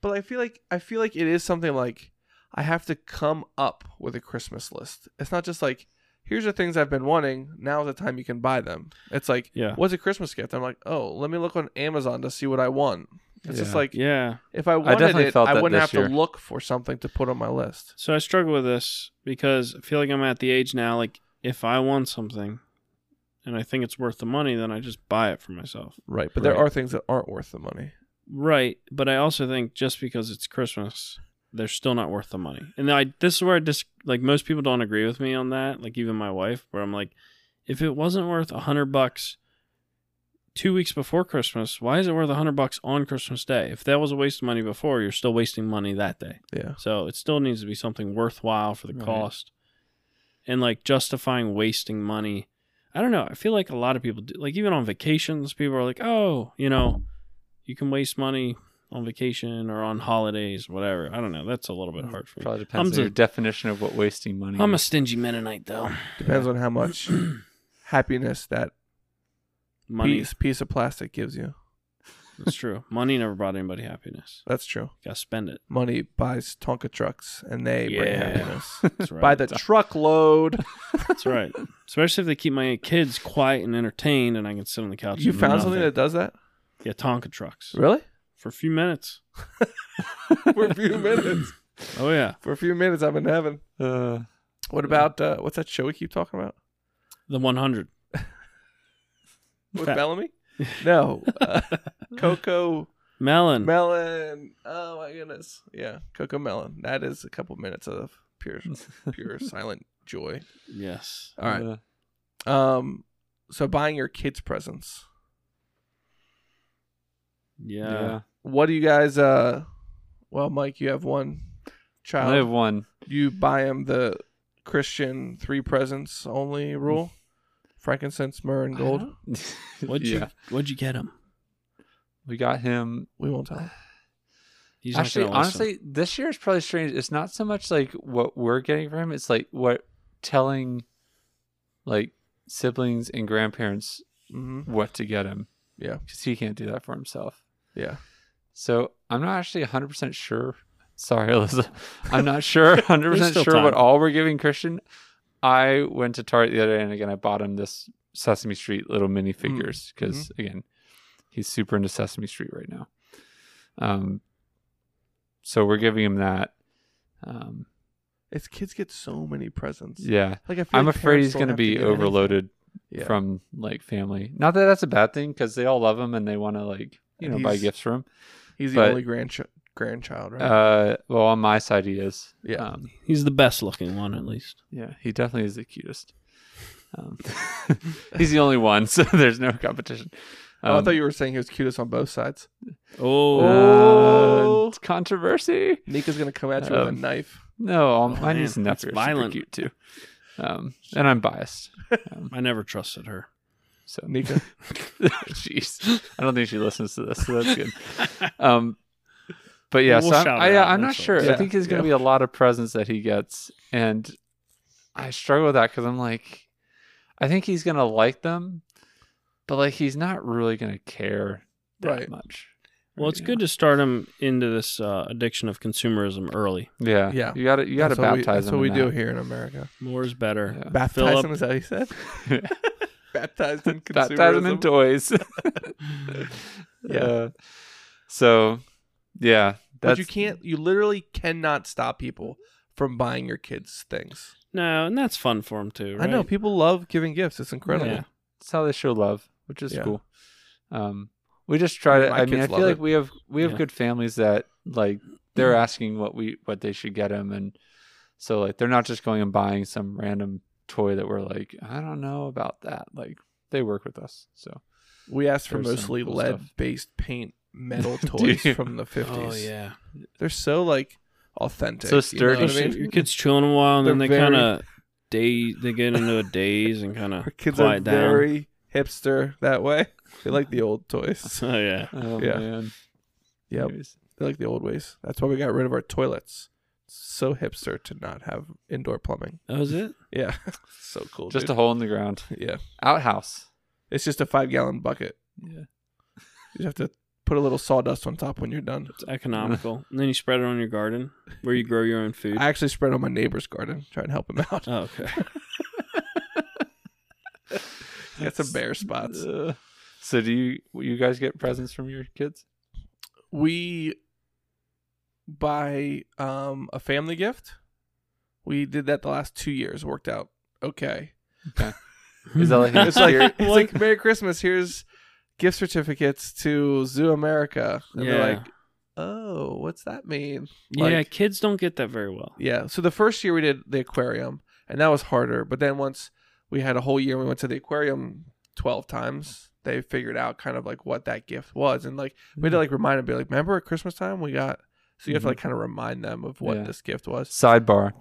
But I feel like I feel like it is something like I have to come up with a Christmas list. It's not just like here's the things I've been wanting. Now's the time you can buy them. It's like
Yeah.
what's a Christmas gift? I'm like, oh, let me look on Amazon to see what I want. It's just
Yeah.
like
yeah.
if I wanted
definitely
it,
felt
I
that
wouldn't
this
have to
year.
look for something to put on my list.
So I struggle with this because I feel like I'm at the age now like if I want something and I think it's worth the money, then I just buy it for myself.
Right, but there
Right.
are things that aren't worth the money.
Right, but I also think just because it's Christmas, they're still not worth the money. And I this is where I dis- like most people don't agree with me on that. Like even my wife, where I'm like, if it wasn't worth a hundred bucks two weeks before Christmas, why is it worth a hundred bucks on Christmas Day? If that was a waste of money before, you're still wasting money that day.
Yeah.
So it still needs to be something worthwhile for the
Right.
cost. And like justifying wasting money. I don't know. I feel like a lot of people do like even on vacations, people are like, Oh, you know, you can waste money on vacation or on holidays, whatever. I don't know. That's a little bit hard for me.
Probably depends
I'm
on your
a-
definition of what wasting money
I'm a
is.
stingy Mennonite though.
Depends on how
<clears throat>
much happiness that
Money
piece piece of plastic gives you.
that's true. Money never brought anybody happiness.
That's true.
Gotta spend it.
Money buys Tonka trucks, and they bring
Yeah.
happiness.
That's right.
By the truckload.
that's right. Especially if they keep my kids quiet and entertained and I can sit on the couch.
You
and do
found something that
nothing.
does that?
Yeah, Tonka trucks.
Really?
For a few minutes.
<laughs> For a few minutes.
Oh yeah.
For a few minutes, I'm in heaven.
<laughs> Uh,
What about uh, what's that show we keep talking about
The 100.
with
Fat-
Bellamy? No, uh, Coco
Melon.
Melon. Oh my goodness, yeah, Coco Melon. That is a couple minutes of pure, pure silent joy.
yes.
All right.
uh,
Um, so buying your kids presents.
Yeah.
yeah.
What do you guys? Uh, well, Mike, you have one
I
child.
only have one.
you buy him the Christian three presents only rule: frankincense, myrrh, and gold.
<laughs> What'd
yeah.
you What'd you get him?
We got him.
We won't tell. Him.
He's not
Actually,
gonna listen.
honestly, this year is probably strange. It's not so much like what we're getting for him. It's like what telling, like siblings and grandparents
hmm
what to get him
Yeah,
because he can't do that for himself.
yeah.
So I'm not actually 100 percent sure. Sorry,
<laughs>
Elizabeth. I'm not sure 100
There's
percent
still
sure what
time.
all we're giving Christian. I went to Target the other day, and again, I bought him this Sesame Street little mini figures
Mm-hmm.
because again, he's super into Sesame Street right now. Um, so we're giving him that. Um,
It's kids get so many presents.
yeah,
Like I feel
I'm
like
afraid
parents
he's
don't
going to
have to
be
get anything.
overloaded
Yeah.
from like family. Not that that's a bad thing because they all love him and they want to like you
And
know buy
he's-
gifts for him.
He's the
but-
only grandchild. Grandchild, right?
Uh, well, on my side, he is.
Yeah.
Um,
he's the best looking one at least.
yeah, he definitely is the cutest.
<laughs>
Um, he's the only one, <laughs> so there's no competition. Um,
oh, I thought you were saying he was cutest on both sides.
Oh,
Oh.
it's uh, controversy.
Nika's gonna come at you with a
Um,
knife.
No,
Oh,
my niece
man,
and
that's
nephew are super
violent.
cute too. Um, and I'm biased. Um,
I never trusted her.
so
Nika,
Jeez, I don't think she listens to this, so that's
<laughs>
good. Um, but yeah,
We'll
so I'm,
shout
I,
her out
I'm not
next
sure.
time.
I think there's going to
Yeah.
be a lot of presents that he gets, and I struggle with that because I'm like, I think he's going to like them, but like he's not really going to care that
Right.
much.
Well, it's good to start them into this uh, addiction of consumerism early.
Yeah,
Yeah.
You got to <laughs> you got to
That's what we-
baptize
That's what
them.
we
in
do
that. Uh,
here in America.
More is better.
Yeah.
Baptize
Philip-
them, is that what you
<laughs>
said? Baptized in consumerism.
baptize them in toys. <laughs>
Yeah.
Uh, so, yeah,
but
that's
you can't. You literally cannot stop people from buying your kids things.
No, and that's fun for them too.
I know
right?
people love giving gifts. It's incredible.
Yeah.
that's how they show love, which is
Yeah.
cool. Um, we just try to.
My
I mean,
kids
I feel
love
like
it.
we have we have
Yeah.
good families that like they're asking what we what they should get them, and so like they're not just going and buying some random toy that we're like I don't know about that. Like they work with us, so
We asked for
There's some
mostly
cool
lead
stuff.
based paint metal
Do
toys
you?
from the
Oh
fifties.
yeah.
They're so like authentic.
So
you know
sturdy.
what I mean?
Your kids chilling a while, and then they
They're very-
kind of day they get into a daze and kind of
<laughs> Our kids are
quiet down.
very hipster that way. They like the old
<laughs>
toys.
<laughs> Oh yeah.
oh,
Yeah.
man,
Yep. They like the old ways. That's why we got rid of our toilets. So hipster to not have indoor plumbing.
That was it.
Yeah. <laughs> so cool.
just a
dude.
hole in the ground,
yeah.
outhouse.
It's just a five gallon bucket.
Yeah.
You have to put a little sawdust on top when you're done.
It's
<laughs>
economical, and then you spread it on your garden where you grow your own food.
I actually spread on my neighbor's garden, try and help him <laughs> out.
oh, okay.
Got some bare spots.
Uh, so do you you guys get presents from your kids?
we buy um a family gift. We did that the last two years. Worked out okay.
<laughs>
Is that like an
It's like
exterior-
<laughs> it's like Merry Christmas. Here's gift certificates to Zoo America. And
Yeah.
they're like, oh, what's that mean? Like-
yeah, kids don't get that very well.
Yeah. So the first year we did the aquarium, and that was harder. But then once we had a whole year, we went to the aquarium twelve times. They figured out kind of like what that gift was, and like we had
Mm-hmm.
to like remind them, be like, remember at Christmas time we got. So you have to like kind of remind them of what
Yeah.
this gift was.
sidebar?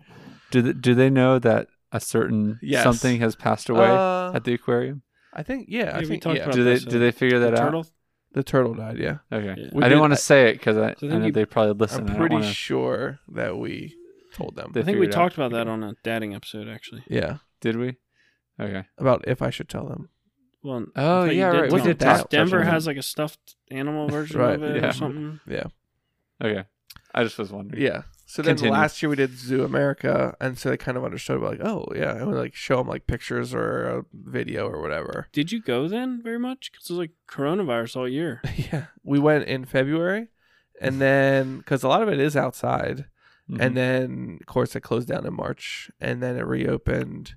Do they, do they know that a certain
Yes.
something has passed away
Uh,
at the aquarium?
I think yeah.
Yeah,
I
we
think
talked
yeah.
about-
Do they
this,
do
uh,
they figure that
The
out?
turtle.
the turtle died. Yeah,
Okay,
Yeah.
I
We
didn't
did-
want
I-
to say it because I,
So
I
then
know
you-
they probably listen. I
I'm
don't
pretty
wanna-
sure that we told them.
They
I think we
figured it out.
talked about that on a dating episode actually.
yeah,
Did we? Okay,
about if I should tell them.
Well, I
Oh,
thought you
yeah, right. We
tell
did
them. 'Cause
talk-
Denver
touch on
has like a stuffed
<laughs>
animal version
Right,
of it
yeah.
or something.
okay. I just was wondering.
Yeah. So then
Continue.
last year we did Zoo America, and so they kind of understood. We're like, oh yeah, and we like show them like pictures or a video or whatever. <laughs>
Did you go then very much? Because it was like coronavirus all
<laughs>
year.
yeah, we went in February,
Mm-hmm.
and then because a lot of it is outside,
Mhm.
and then of course it closed down in March, and then it reopened,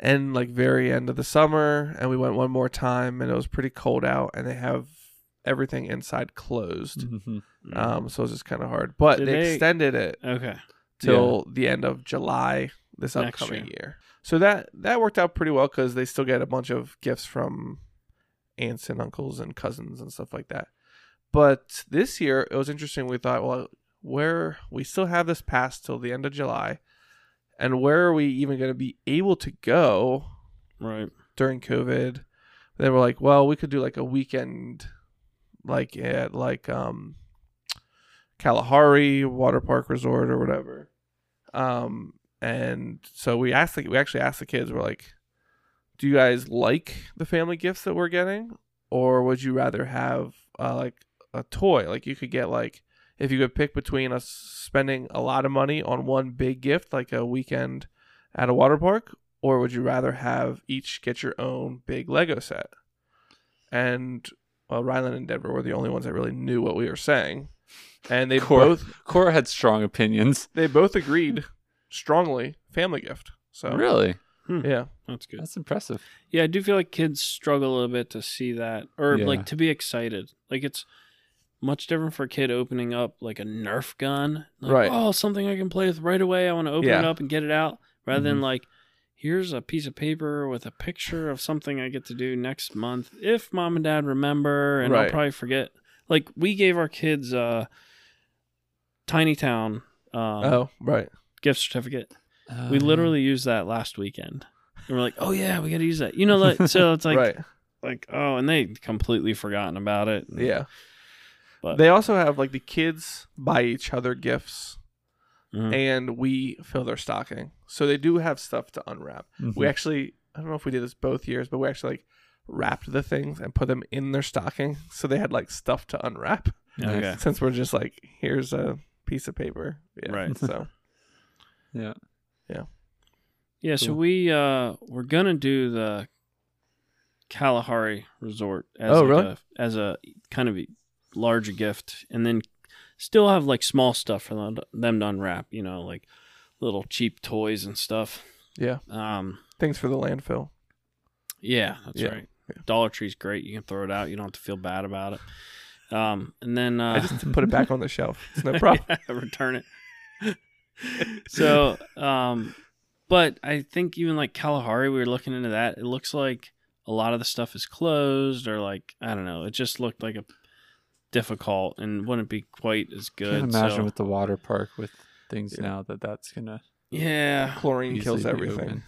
and like very end of the summer, and we went one more time, and it was pretty cold out, and they have everything inside closed,
Mhm.
um, so it was just kind of hard, but
Mm-hmm. Did
they
they-
extended it
Okay.
till the end of July this
Next
upcoming
year.
year. So that that worked out pretty well because they still get a bunch of gifts from aunts and uncles and cousins and stuff like that. But this year it was interesting. We thought, well, where we still have this pass till the end of July, and where are we even going to be able to go
Right.
during COVID? They were like, well, we could do like a weekend, like at like um, Kalahari Water Park Resort or whatever. Um, and so we asked, the, we actually asked the kids, we're like, do you guys like the family gifts that we're getting, or would you rather have uh, like a toy? Like you could get like if you could pick between us spending a lot of money on one big gift, like a weekend at a water park, or would you rather have each get your own big Lego set? And well, Ryland and Denver were the only ones that really knew what we were saying, and they
Cora-
both
Cora had strong opinions.
they both agreed strongly family gift. So
Really,
yeah,
That's good.
that's impressive.
Yeah, I do feel like kids struggle a little bit to see that or
Yeah.
like to be excited. Like it's much different for a kid opening up like a Nerf gun. Like,
Right.
Oh, something I can play with right away. I want to open it
Yeah. Mm-hmm.
up and get it out rather than
Mhm.
like, here's a piece of paper with a picture of something I get to do next month if mom and dad remember and I'll
Right.
probably forget. Like we gave our kids uh, Tiny Town um,
oh right,
gift certificate.
Oh,
We literally used that last weekend. And we're like, oh yeah, we gotta use that. You know, like
<laughs>
so it's like
right,
like oh, and they completely forgotten about it.
yeah.
But-
they also have like the kids buy each other gifts,
Mhm.
and we fill their stocking. So they do have stuff to unwrap.
Mhm.
Mm-hmm.
We actually, I don't know if we did this both years, but we actually like wrapped the things and put them in their stocking, so they had like stuff to unwrap. <laughs>
Okay.
since we're just like here's a piece of paper yeah,
Right.
so
Yeah.
Yeah, so
Cool.
we uh we're gonna do the Kalahari Resort as
Oh,
like
really?
a, as a kind of a larger gift, and then still have like small stuff for them to- them to unwrap. You know, like little cheap toys and stuff.
yeah
Um,
thanks for the
<laughs>
landfill
yeah, that's
Yeah,
right. Dollar Tree's great. You can throw it out. You don't have to feel bad about it. Um, and then uh,
i just put it back on the shelf it's no
<laughs>
problem
return it. <laughs> so, um, but I think even like Kalahari, we were looking into that. It looks like a lot of the stuff is closed, or like I don't know. It just looked like a difficult and wouldn't be quite as good.
Can't imagine
so-
with the water park with things now that that's gonna
yeah.
chlorine kills
easily be
everything
open.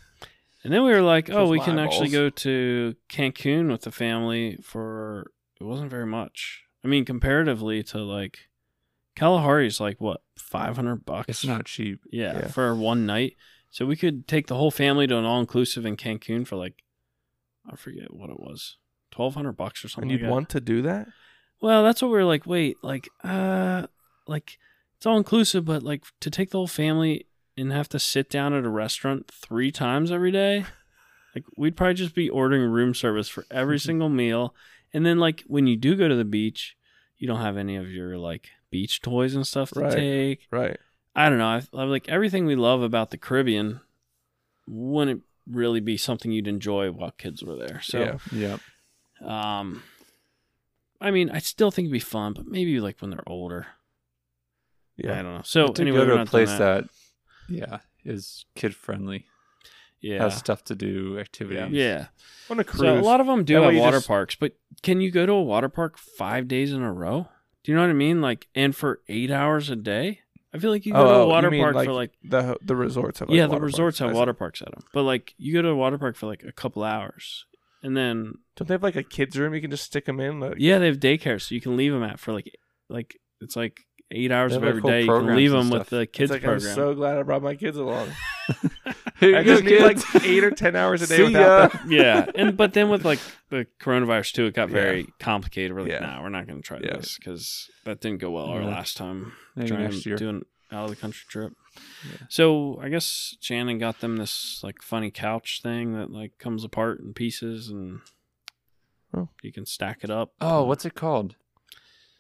And then we were like, oh,
Kills
we
my
can actually
eyeballs.
go to Cancun with the family for it wasn't very much. I mean, comparatively to like Kalahari is like what five hundred bucks.
It's not cheap.
Yeah,
Yeah.
for one night. So we could take the whole family to an all inclusive in Cancun for like I forget what it was. Twelve hundred bucks or something.
and you'd
like that.
want to do that
Well, that's what we were like, wait, like uh like it's all inclusive, but like to take the whole family and have to sit down at a restaurant three times
<laughs>
every day, like we'd probably just be ordering room service for
<laughs>
every single meal. And then like when you do go to the beach, you don't have any of your like beach toys and stuff to
Right.
take.
right
I don't know. I, I like everything we love about the Caribbean wouldn't really be something you'd enjoy while kids were there. So,
Yeah.
Yep.
um, I mean, I still think it'd be fun, but maybe like when they're older. I
yeah
don't know. So
to
anyway,
go
we're
to a
not doing
place
that.
that. yeah is kid friendly,
yeah,
has stuff to do, activities.
yeah.
on a cruise
So a lot of them do
That way
have
you
water
just-
parks, but can you go to a water park five days in a row? Do you know what I mean? Like, and for eight hours a day. I feel like you go
Oh,
to a
you
water
mean,
park
like,
for like
the the resorts have like,
yeah, the
water parks.
resorts
I
have
see.
water parks at them, but like you go to a water park for like a couple hours, and then
don't they have like a kids room you can just stick them in like,
yeah, they have daycare, so you can leave them at for like like it's like eight hours
They
of
have, like,
every
whole
day. You can
programs
leave
and
them with
stuff.
the
it's
kids
like
program.
i'm so glad i brought my kids along
Here you
i
go,
just need like
kids.
eight or
<laughs>
ten hours a day
<laughs>
See
without
ya.
them
<laughs> yeah, and but then with like the coronavirus too, it got
Yeah.
very complicated. We're like,
Yeah.
nah, we're not going to try
Yeah.
this because that didn't go well our
Yeah.
last time
Maybe
trying
next year.
doing out of the country trip.
Yeah.
So I guess Shannon got them this like funny couch thing that like comes apart in pieces and
Oh.
you can stack it up.
Oh, what's it called?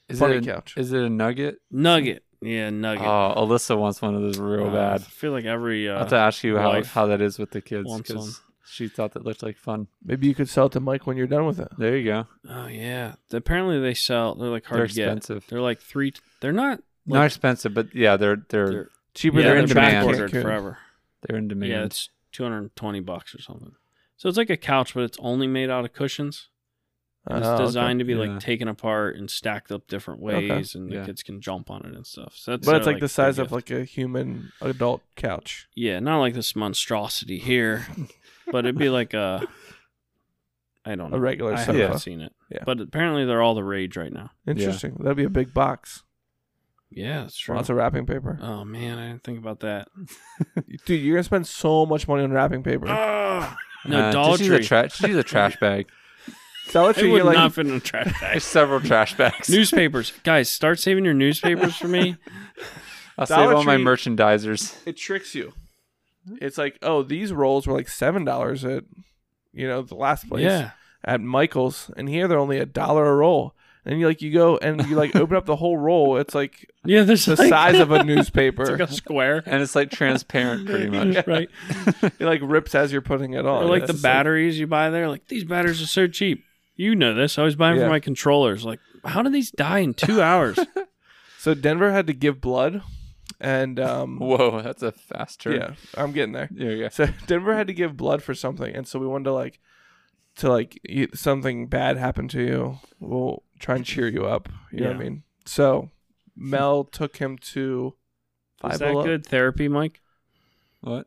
Is
Funny
it a,
couch.
Is it a nugget?
Nugget. Yeah, nugget.
Oh, Alyssa wants one of those real
Uh,
bad.
I feel like every
I'll
uh,
have to ask you how,
wife
how that is with the kids
wants
because she thought that looked like fun.
<laughs> maybe you could sell it to mike when you're done with it
There you go.
Oh yeah. Apparently they sell they're like hard
they're
to get.
expensive.
They're like three they're not
Not expensive, but yeah, they're they're
They're-
they're,
cheaper
yeah,
they're
than
in
the
demand.
backordered forever.
in demand.
Yeah, it's two hundred and twenty bucks or something. So it's like a couch, but it's only made out of cushions. And
Ah,
It's designed to be
Yeah.
like taken apart and stacked up different
Oh, Okay.
ways, and the
Yeah.
kids can jump on it and stuff. So that's
but it's
their,
like the size of
their
like
gift.
a human adult couch.
yeah, not like this
<laughs>
monstrosity here, but it'd be like a I don't know
A regular
Um, I
sofa.
haven't seen it,
Yeah.
but apparently they're all the rage right now.
Interesting. That'd be a big box.
Yeah, that's true.
Lots of wrapping paper.
oh man, I didn't think
<laughs>
about that.
Dude, you're gonna spend so much money on wrapping paper.
uh, Ah! no,
Uh,
Dollar
just use a
Tree.
tra- just use a trash bag.
Dollar
it
Tree,
would
<laughs>
you're like,
not fit in
<laughs>
a trash bag.
There's several trash bags.
newspapers, guys, start saving your newspapers
<laughs>
for me.
I'll
Dollar
save all my
Tree-
merchandisers.
<laughs> it tricks you.
Hmm?
It's like, oh, these rolls were like seven dollars at, you know, the last place
Yeah,
at Michael's, and here they're only a dollar a roll. And you like you go and you like open up the whole roll. It's like
yeah. There's
the
<laughs> like-
size of a
<laughs> It's
newspaper.
like
<laughs>
a square,
And it's like transparent pretty much.
right?
it like rips as you're putting it on.
Or like
It's
the
just like-
batteries you buy there. Like these batteries are so cheap. You know this. I was buying
Yeah.
for my controllers. Like, how do these die in
<laughs>
two hours?
So Denver had to give blood, and um,
Whoa, that's a fast turn.
yeah, I'm getting there.
<laughs>
There you go.
So <laughs> Denver had to give blood for something, and so we wanted to like, to like you- something bad happened to you. We'll try and cheer you up. You know what I
Yeah.
mean? So Mel took him to
Is
Five
that
Below.
good therapy, Mike?
What?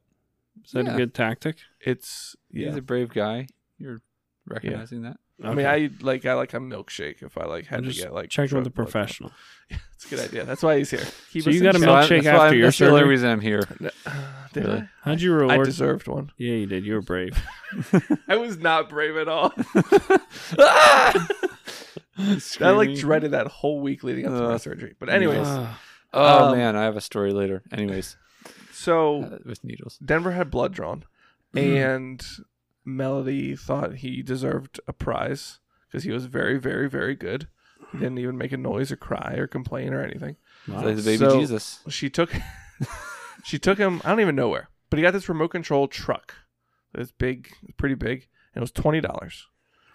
Is that a
Yeah.
good tactic?
It's yeah.
He's a brave guy. You're recognizing that.
I mean, I like I like a milkshake if I like had to
just
get like
check with the
drug blood.
professional.
It's a good idea. That's why he's here. <laughs> Keep
So
us
you
in
got a
check.
milk-
I-
milkshake
that's why
after
I'm-
your
that's the only
surgery?
reason I'm
<laughs>
here.
Did
Really?
How'd you
I? I
reward?
deserved one.
yeah, you did. You were brave. <laughs>
I was not brave at all. I like
Screaming.
dreaded <laughs> that whole week leading up to my
Ugh.
surgery. But anyways,
Ah,
Oh
Um,
man, I have a story later. Anyways,
so
<laughs> uh, with needles.
Denver had blood drawn, and Melody thought he deserved a prize because he was very, very, very good. He didn't even make a noise or cry or complain or anything.
It's Like the baby
So-
Jesus.
She took, <laughs> she took him. I don't even know where, but he got this remote control truck. It's big, pretty big, and it was twenty dollars.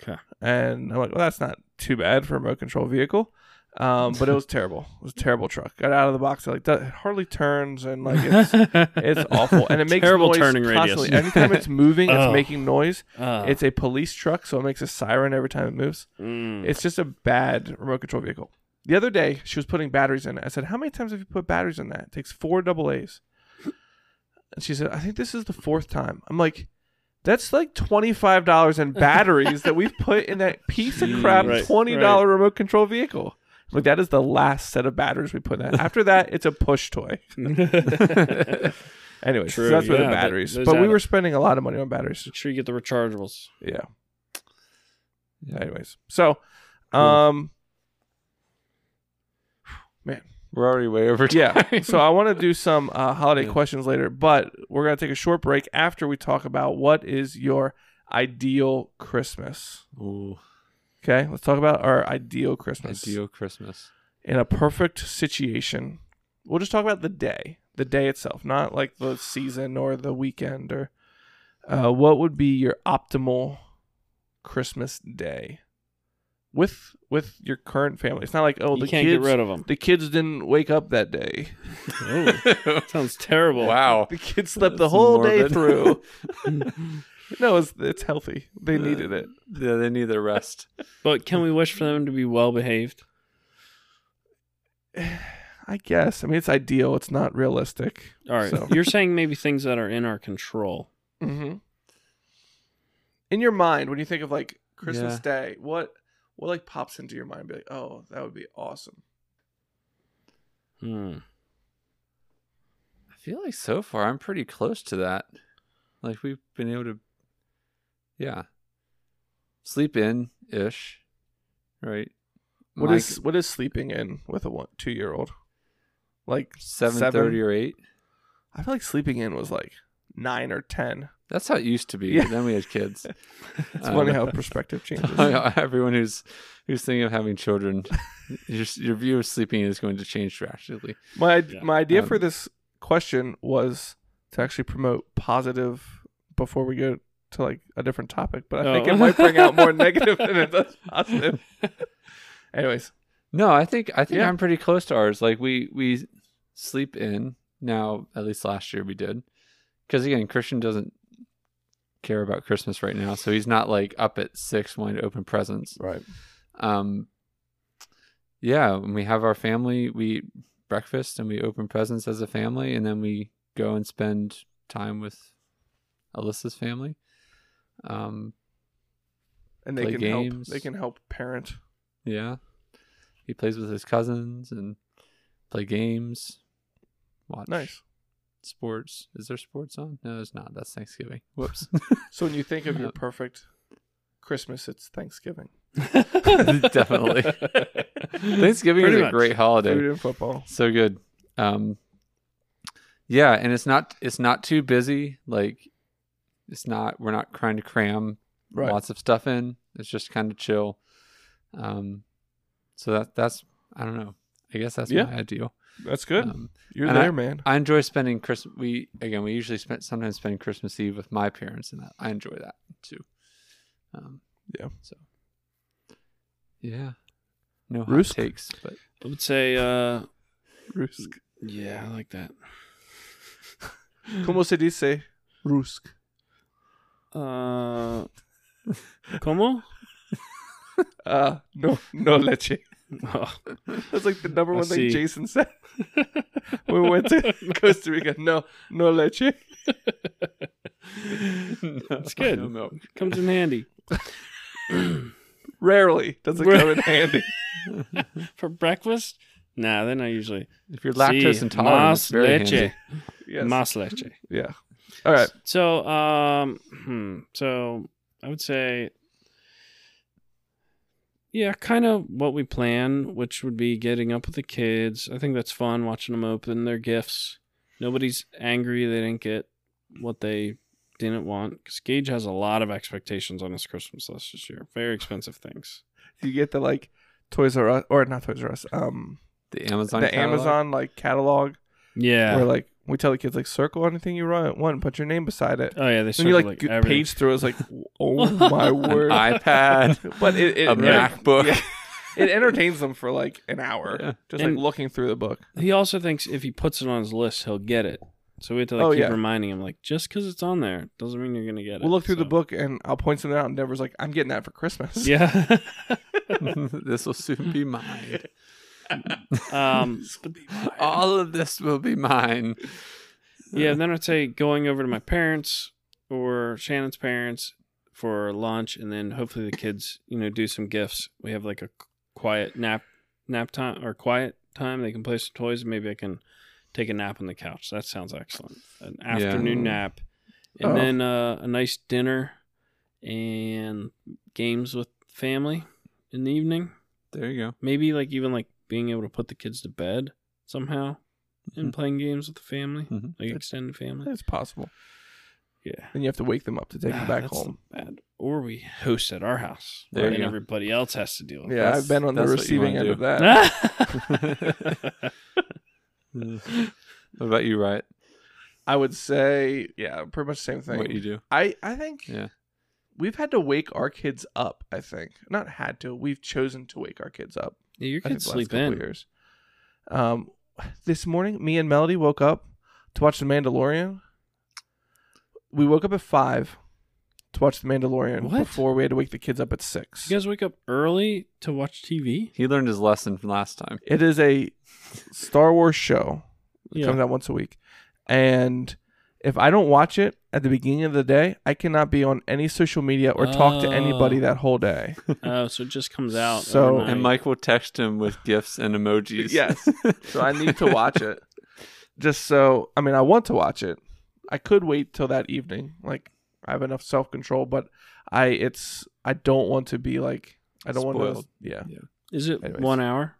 Okay.
And I'm like, well, that's not too bad for a remote control vehicle. Um, but it was terrible. It was a terrible truck. Got out of the box. Like that, it hardly turns, and like <laughs>
<laughs>
it's It's awful, and it makes
Terrible
noise
turning radius.
constantly. Anytime it's moving,
Oh.
it's making noise.
<laughs> Ah,
It's a police truck, so it makes a siren every time it moves. <laughs>
mm.
It's just a bad remote control vehicle. The other day, she was putting batteries in it. I said, "How many times have you put batteries in that?" It takes four double A's. And she said, "I think this is the fourth time." I'm like, "That's like twenty five dollars in batteries that we've put in that piece of
Mm,
crap
right,
twenty dollar remote control vehicle." Like that is the last set of batteries we put in. that. After that, it's a push toy.
<laughs> Make
Anyway, so
True,
that's where
yeah,
the
that-
batteries.
those
but we
add
were
up.
spending a lot of money on batteries.
sure you get the rechargeables.
Yeah.
Yeah.
Anyways, so, um,
We're already way over time.
<laughs>
yeah. so I want to do some uh, holiday
Yeah.
questions later, but we're gonna take a short break after we talk about what is your ideal Christmas. <laughs>
Ooh,
Okay, let's talk about our ideal Christmas.
ideal Christmas.
<laughs> In a perfect situation, we'll just talk about the day, the day itself, not like the season or the weekend or. Uh, what would be your optimal Christmas day with with your current family? It's not like oh
you
the
can't
kids
get rid of them.
the kids didn't wake up that day. <laughs>
sounds terrible.
wow.
Oh. The kids slept the
That's
whole day
morbid.
through. no, it's it's healthy.
Uh,
They needed it.
<laughs>
<sighs>
Yeah, they need their rest.
But can we wish for them to be well behaved?
I guess. I mean, it's ideal. It's not realistic.
All right.
So-
You're saying maybe things that are in our control.
Mm-hmm. In your mind, when you think of like Christmas Day, what what like pops into your mind? Be like, oh, that would be awesome.
Hmm.
I feel like so far I'm pretty close to that. Like we've been able to, yeah, sleep in ish, right?
What
My-
is what is sleeping in with a one two year old? Like
seven thirty or eight?
I feel like sleeping in was like nine or ten.
That's how it used to be.
Yeah.
but Then we had
<laughs>
kids. Um,
It's funny
<laughs>
how perspective
Oh,
changes.
everyone who's who's thinking of having children, <laughs> your your view of sleeping is going to change drastically.
My
Yeah.
my idea for
Um,
this question was to actually promote positive before we go to like a different topic, but I think
Oh.
it might bring out more negative than it
<laughs>
does positive. Anyways,
No, I think I think
Yeah.
I'm pretty close to ours. Like we we sleep in now. At least last year we did, because again, Christian doesn't care about Christmas right now, so he's not like up at six wanting to open presents.
right.
Um, yeah, when we have our family, we eat breakfast and we open presents as a family, and then we go and spend time with Alyssa's family. Um,
And they
Play
can
games.
help. They can help parent.
Yeah. He plays with his cousins and play games. Watch
Nice.
sports. Is there sports on? No, there's not. That's Thanksgiving.
<laughs>
Whoops.
So when you think of your
Yeah. <laughs>
perfect Christmas, it's Thanksgiving,
<laughs>
<laughs>
Definitely. Thanksgiving
Pretty
is a
much.
great holiday.
food and football.
So good. Um Yeah, and it's not it's not too busy. Like it's not we're not trying to cram
Right.
lots of stuff in. It's just kind of chill. Um so that that's I don't know. I guess that's
Yeah.
my ideal.
That's good.
Um,
You're
and
there,
I-
man.
I enjoy spending Christmas. We again, we usually spend sometimes spend Christmas Eve with my parents, and that I enjoy that too. Um,
Yeah.
So. Yeah. No hot
Roost?
takes,
<laughs>
but
I would say, uh,
Rusk.
<laughs>
yeah, I like that.
Como se dice? Rusk.
Uh, como?
Uh, no, no
<laughs>
leche.
Oh,
That's like the number
I
one
see.
thing Jason said. when we went
<laughs>
to Costa Rica. No, no leche.
<laughs> it's
good.
No milk.
comes in handy
Rarely does it
<laughs>
come in handy.
for breakfast. Nah, they're not usually.
If you're lactose
Sí,
intolerant, it's
más
very
leche,
handy.
Yes.
más leche.
yeah. All right.
So, um, hmm, so I would say yeah, kind of what we plan, which would be getting up with the kids. I think that's fun watching them open their gifts. Nobody's angry they didn't get what they didn't want because Gage has a lot of expectations on his Christmas list this year. Very expensive things.
You get the like Toys R Us or not Toys R Us, um,
The Amazon.
the
catalog?
Amazon like catalog
Yeah.
where like we tell the kids like circle anything you want, one put your name beside it.
oh yeah,
And
they
you
circle
like,
like,
g-
everything.
page through. It's like, <laughs> oh my
An
word! <laughs>
iPad.
but it it,
a
right.
MacBook.
Yeah. it entertains them for like an hour,
Yeah.
just
And-
like looking through the book.
He also thinks if he puts it on his list, he'll get it. So we have to like
Oh,
keep
yeah.
reminding him like just because it's on there doesn't mean you're gonna get it.
We'll look through the
So-
book and I'll point something out. And Deborah's like, I'm getting that for Christmas.
<laughs> Yeah.
<laughs> this will
<laughs>
soon be mine.
um,
All of this will be mine.
yeah. and Then I'd say going over to my parents or Shannon's parents for lunch, and then hopefully the kids, you know, do some gifts. We have like a quiet nap, nap time or quiet time. They can play some toys, and maybe I can take a nap on the couch. That sounds excellent. An
Yeah.
afternoon nap, and
Oh.
then uh, a nice dinner and games with family in the evening.
There you go.
maybe like even like being able to put the kids to bed somehow
Mm-hmm.
and playing games with the family,
Mhm.
like extended
<laughs>
family.
It's possible.
Yeah,
Then you have to wake them up to
Ah,
take them back
That's
home.
Bad. Or we host at our house,
There
and
you go.
everybody else has to deal with.
Yeah, I've been on the
that's what you
receiving
wanna
end
do.
of
<laughs>
that. <laughs>
<laughs> it.
What about you, Riot?
I would say, yeah, pretty much the same thing.
What you do?
I I think
Yeah.
we've had to wake our kids up. I think not had to. We've chosen to wake our kids up.
yeah, your
I think
kids
the last
sleep
couple
in.
Years. Um, this morning, me and Melody woke up to watch The Mandalorian. We woke up at five to watch The Mandalorian
What?
before we had to wake the kids up at six.
You guys wake up early to
<laughs>
watch TV.
He learned his lesson from last time.
It is a Star Wars show. It
Yeah.
comes out once a week, and if I don't watch it at the beginning of the day, I cannot be on any social media or talk to anybody
Oh.
that whole day.
Oh, so it just comes out.
So-
overnight.
And Mike will text him with gifts and emojis.
Oh, <laughs> Yes. so I need to watch it. <laughs> Just so I mean, I want to watch it. I could wait till that evening. Like I have enough self control, but I it's I don't want to be like I don't want to.
Spoiled.
Yeah,
is it
Anyways.
one hour?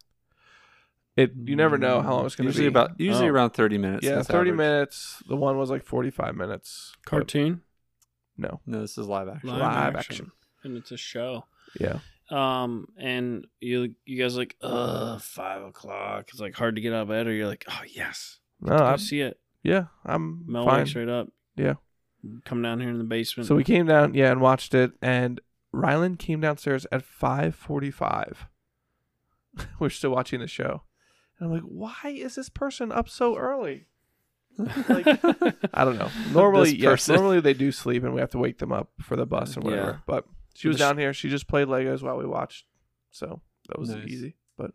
it. You never know how long it's going to
usually
be.
about usually
Oh.
around thirty minutes.
yeah,
is
thirty
average.
minutes. The one was like forty five minutes. but
Cartoon,
No.
No, this is live action.
Live action.
and it's a show.
Yeah.
Um, and you you guys like, uh, five o'clock. It's like hard to get out of bed, or you're like, oh yes,
No.
go
I'm,
see it.
yeah. I'm
Mel
fine.
wakes right up.
Yeah.
come down here in the basement.
So we came down, yeah, and watched it. And Rylan came downstairs at five forty-five. <laughs> We're still watching the show, and I'm like, "Why is this person up so early?" like-
<laughs>
I don't know. Normally,
This
yes,
person.
normally they do sleep, and we have to wake them up for the bus or whatever.
Yeah.
But she was
The sh-
down here. She just played Legos while we watched, so that was
Nice.
easy. But,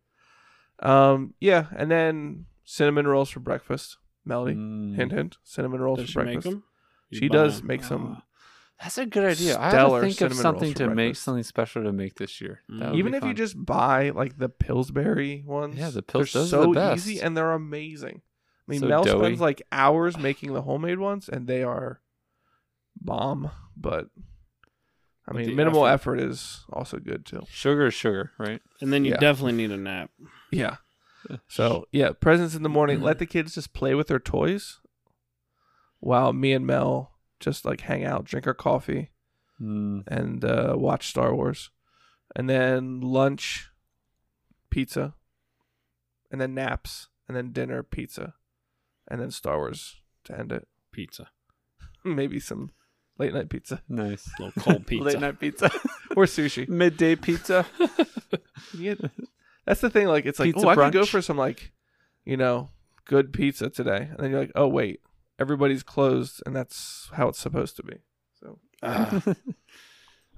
um, yeah, and then cinnamon rolls for breakfast. Melody,
Mm.
hint, hint, cinnamon rolls
Does
for
she make
breakfast.
them? You
She
buy
does
them.
make some
Oh, That's a good idea. I have to
stellar
think of
cinnamon
something
rolls for
to make
breakfast.
something special to make this year.
Mm.
That would
Even
be
if you
fun.
just buy like the Pillsbury ones,
Yeah, the Pils-
they're
those
so
are the best.
easy and they're amazing. I mean,
So
Mel
doughy.
spends like hours making the homemade ones, and they are bomb. But I
But
mean,
the
minimal effort. is also good too.
sugar, is sugar, right?
and then you
Yeah.
definitely need a nap.
Yeah. <laughs> So yeah, presents in the morning.
<clears throat>
Let the kids just play with their toys, while me and Mel just like hang out, drink our coffee,
Mm.
and uh, watch Star Wars, and then lunch, pizza, and then naps, and then dinner, pizza, and then Star Wars to end it. <laughs>
Pizza,
Maybe some late night pizza <laughs>
Nice.
a little cold pizza.
Late night pizza.
or sushi.
Midday pizza.
You get- <laughs> That's the thing. Like it's like,
Pizza
oh, I could go
brunch.
for some like, you know, good pizza today, and then you're like, oh wait, everybody's closed, and that's how it's supposed to be. So,
Ah.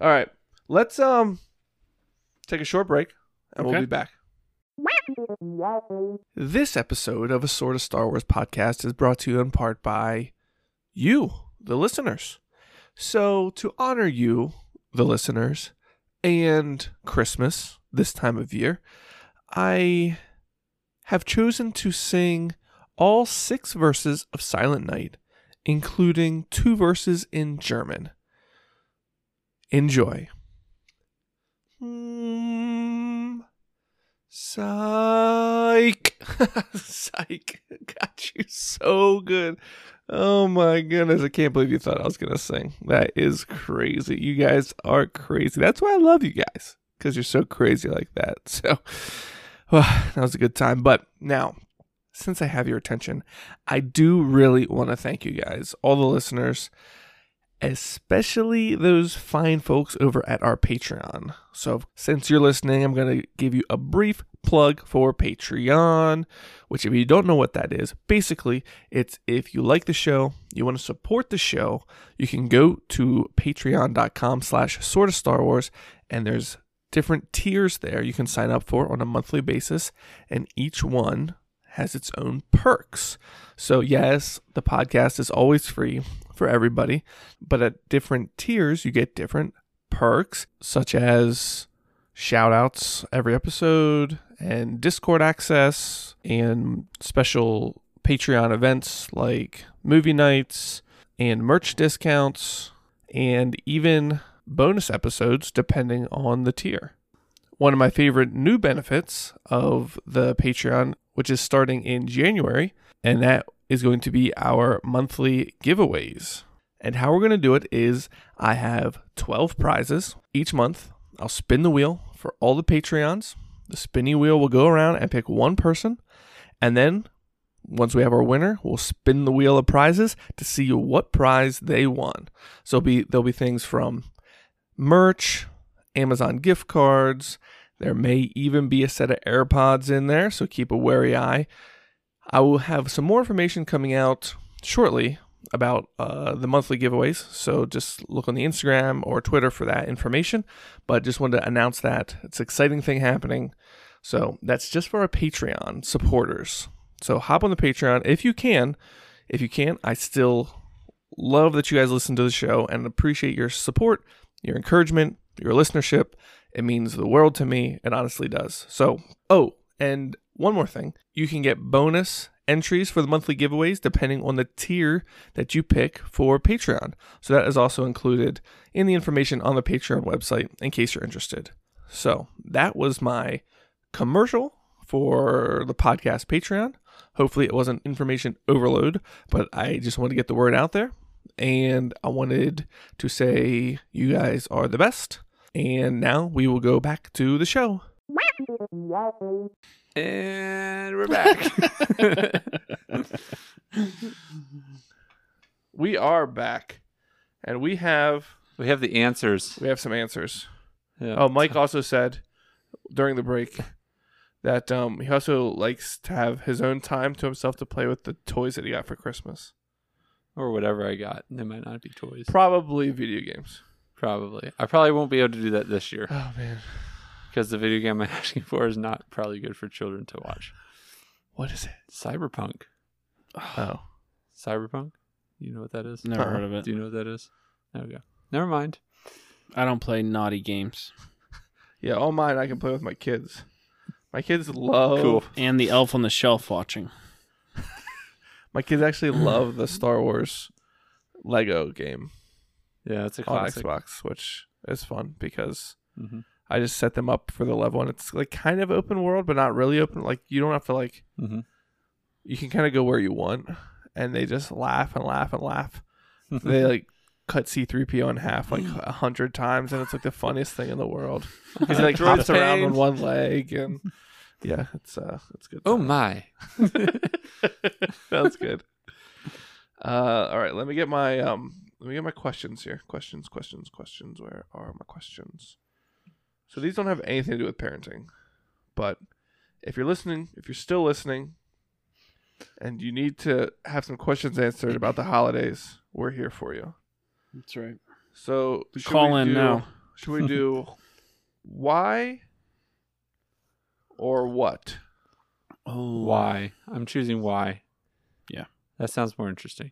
all right, let's um take a short break, and we'll
Okay.
be back. This episode of a sort of Star Wars podcast is brought to you in part by you, the listeners. So, to honor you, the listeners, and Christmas this time of year, I have chosen to sing all six verses of Silent Night, including two verses in German. Enjoy. Mm. Psych. <laughs> Psych. Got you so good. Oh my goodness. I can't believe you thought I was going to sing. That is crazy. You guys are crazy. That's why I love you guys because you're so crazy like that. <laughs> So that was a good time. But now, since I have your attention, I do really want to thank you guys, all the listeners, especially those fine folks over at our Patreon. So, since you're listening, I'm going to give you a brief plug for Patreon, which, if you don't know what that is, basically, it's if you like the show, you want to support the show, you can go to patreon.com slash sort of Star Wars, and there's different tiers there you can sign up for on a monthly basis, and each one has its own perks. So, yes, the podcast is always free for everybody, but at different tiers, you get different perks, such as shout outs every episode, and Discord access, and special Patreon events like movie nights, and merch discounts, and even bonus episodes depending on the tier one of my favorite new benefits of the Patreon, which is starting in January, and that is going to be our monthly giveaways. And how we're going to do it is I have 12 prizes each month. I'll spin the wheel for all the Patreons. The spinny wheel will go around and pick one person. And then once we have our winner, we'll spin the wheel of prizes to see what prize they won. So it'll be, there'll be things from merch, Amazon gift cards. There may even be a set of AirPods in there, so keep a wary eye. I will have some more information coming out shortly about uh, the monthly giveaways, so just look on the Instagram or Twitter for that information. But just wanted to announce that it's an exciting thing happening. So that's just for our Patreon supporters. So hop on the Patreon if you can. If you can't, I still love that you guys listen to the show and appreciate your support, your encouragement, your listenership. It means the world to me. It honestly does. So, oh, and one more thing you can get bonus entries for the monthly giveaways depending on the tier that you pick for Patreon. So, that is also included in the information on the Patreon website in case you're interested. So, that was my commercial for the podcast Patreon. Hopefully, it wasn't information overload, but I just wanted to get the word out there. And I wanted to say, you guys are the best. And now we will go back to the show.
<laughs> And
<laughs>
we're back.
We are back. And we have
we have the answers.
we have some answers.
Yeah.
Oh, Mike also said during the break that um, he also likes to have his own time to himself to play with the toys that he got for Christmas.
Or whatever I got. They might not be toys.
Probably video games.
Probably. I probably won't be able to do that this year
Oh man.
because the video game I'm <laughs> asking for is not probably good for children to watch.
What is it?
Cyberpunk.
<sighs> Oh.
Cyberpunk? You know what that is?
Never
Uh-uh.
heard of it.
Do you know what that is? There we go. Never mind.
<laughs> I don't play naughty games.
Yeah, all mine I can play with my kids. My kids love
Cool.
And the elf on the shelf watching.
My kids actually love the Star Wars Lego game
Yeah, it's a
on
classic.
Xbox, which is fun because
Mhm.
I just set them up for the level, and it's like kind of open world, but not really open. Like you don't have to like
Mhm. <laughs>
you can kind of go where you want, and they just laugh and laugh and laugh. they like cut C3PO in half like a hundred times, and it's like the funniest thing in the world because he like
Droid
hops around on
pain.
one leg and. Yeah, it's uh, it's good.
Oh my.
Sounds good. Uh, all right, let me get my um, let me get my questions here. Questions, questions, questions. Where are my questions? So these don't have anything to do with parenting, but if you're listening, if you're still listening, and you need to have some questions answered about the holidays, we're here for you.
That's right.
So should
Call
we
in
do-
now.
Should we
<laughs>
do why or what?
Oh,
Why? I'm choosing why.
Yeah.
That sounds more interesting.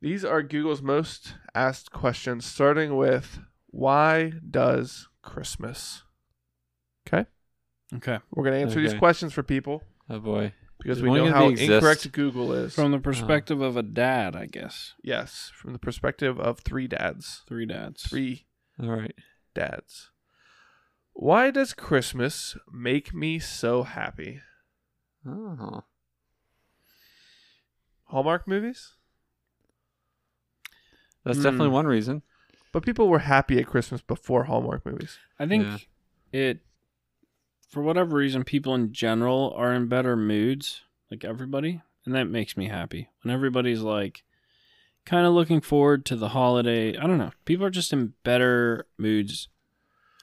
These are Google's most asked questions, starting with why does Christmas? Okay.
Okay.
We're going to answer these
Okay.
questions for people
Oh boy.
because
Does
we
one
know
of
how
these exist?
incorrect Google is.
From the perspective of a dad, I guess.
yes, from the perspective of three dads.
Three dads.
Three
All right.
dads. Why does Christmas make me so happy?
Oh.
Hallmark movies?
That's
Hmm.
definitely one reason.
But people were happy at Christmas before Hallmark movies.
I think
Yeah.
it, for whatever reason, people in general are in better moods, like everybody, and that makes me happy. When everybody's like, kind of looking forward to the holiday. I don't know. People are just in better moods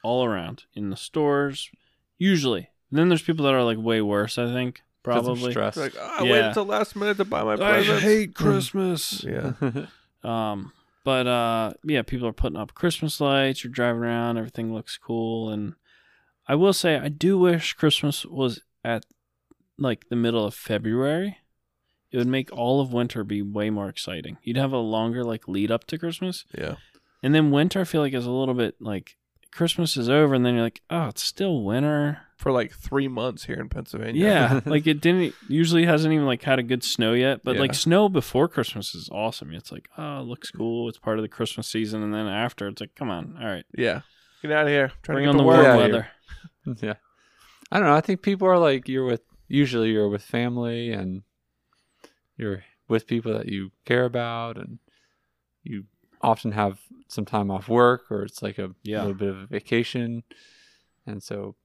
all around in the stores, usually. And then there's people that are like way worse. I think
'Cause of
probably.
stress.
It's like, "Ah, I waited
Yeah.
until last minute to buy my
I
presents.
hate Christmas.
yeah.
<laughs>
Um, but uh, yeah, people are putting up Christmas lights. You're driving around. Everything looks cool. And I will say, I do wish Christmas was at like the middle of February. It would make all of winter be way more exciting. You'd have a longer like lead up to Christmas,
Yeah.
and then winter I feel like is a little bit like Christmas is over, and then you're like, oh, it's still winter.
For like three months here in Pennsylvania.
Yeah, like it didn't usually hasn't even like had a good snow yet, but
Yeah.
like snow before Christmas is awesome. It's like, oh, it looks cool. It's part of the Christmas season, and then after, it's like, come on, all right,
Yeah. Get out of here. Trying
bring
to get
on the
to
warm
work.
Yeah,
weather.
yeah. I don't know. I think people are like you're with usually you're with family and you're with people that you care about and you often have some time off work or it's like a
Yeah.
little bit of a vacation. And so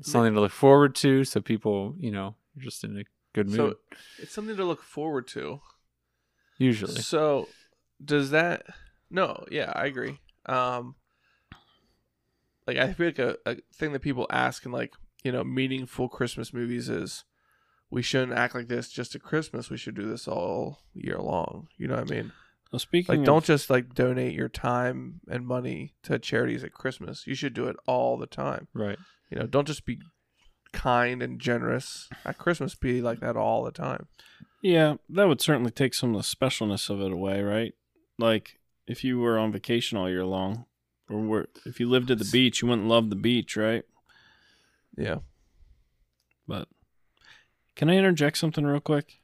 it's something to look forward to. So people, you know, are just in a good mood
So it's something to look forward to.
usually.
So does that No, yeah, I agree. Um like I feel like a, a thing that people ask in like, you know, meaningful Christmas movies is we shouldn't act like this just at Christmas. We should do this all year long. You know what I mean?
Well, speaking
Like
of,
don't just like donate your time and money to charities at Christmas. You should do it all the time.
Right.
You know, don't just be kind and generous at Christmas. Be like that all the time.
yeah, that would certainly take some of the specialness of it away, right? Like if you were on vacation all year long, or were, if you lived at the beach, you wouldn't love the beach, right?
Yeah.
But can I interject something real quick?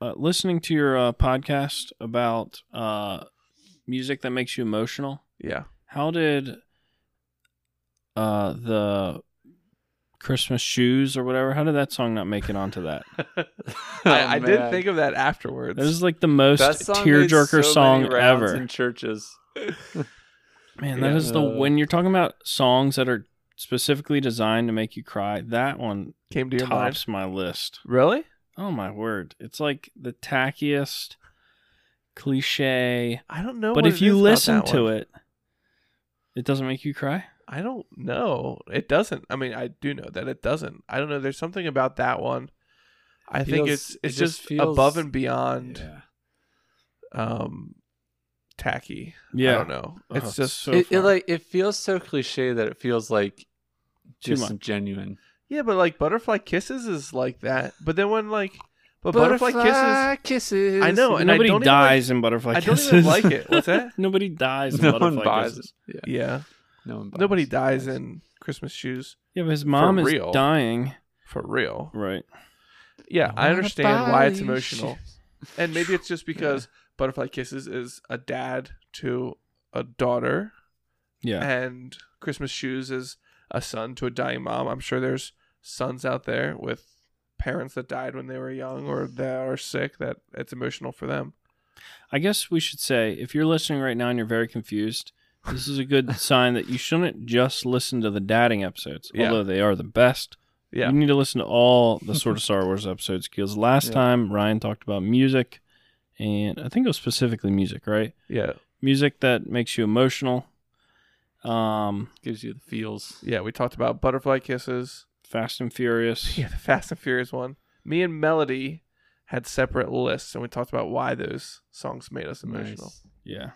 Uh, listening to your uh, podcast about uh, music that makes you emotional, <laughs>
Yeah.
how did uh, the Christmas shoes or whatever? How did that song not make it
<laughs>
onto that? Oh,
I, I did
<laughs> Oh, man.
think of that afterwards.
This is like the most tearjerker song ever.
in <laughs> churches.
Man, that
Yeah.
is the when you're talking about songs that are specifically designed to make you cry. That one
Came to your mind.
tops my list.
Really?
Oh my word. It's like the tackiest cliche.
I don't know.
but
what
if
it
you
is about
listen
that
to
one.
it, it doesn't make you cry.
I don't know. It doesn't. I mean, I do know that it doesn't. I don't know. There's something about that one. I think
Feels-
it's
it
it's
just
just,
feels-
above and beyond um tacky. I don't know.
Oh,
It's just
so
it, it
far.
like it feels so cliche that it feels like
Too
just
<laughs>
much.
genuine.
yeah, but like butterfly kisses is like that. But then when like but butterfly, kisses,
kisses.
I know, and I
Nobody
don't even like-
dies in butterfly
I don't
kisses.
even like it. What's
<laughs>
that?
Nobody dies in
<laughs> No one
butterfly
buys it.
kisses.
Yeah.
Yeah,
No one buys
nobody
it.
dies in Christmas shoes
Yeah, but his mom is
real.
dying.
for real.
Right.
Yeah, I
wanna
understand why it's
buy
emotional,
shoes.
and maybe it's just because Butterfly Kisses is a dad to a daughter,
Yeah.
and Christmas shoes is a son to a dying mom. I'm sure there's sons out there with parents that died when they were young or that are sick that it's emotional for them.
I guess we should say if you're listening right now and you're very confused, this is a
<laughs>
good sign that you shouldn't just listen to the dadding episodes,
Yeah.
although they are the best.
Yeah,
You need to listen to all
<laughs>
the sort of Star Wars episodes because last
Yeah.
time Ryan talked about music, and I think it was specifically music, right?
yeah,
Music that makes you emotional. Um,
<laughs> Gives you the feels.
yeah. We talked about Butterfly Kisses. <laughs>
Fast and Furious.
Yeah, the Fast and Furious one. Me and Melody had separate lists, and we talked about why those songs made us emotional.
Nice.
Yeah.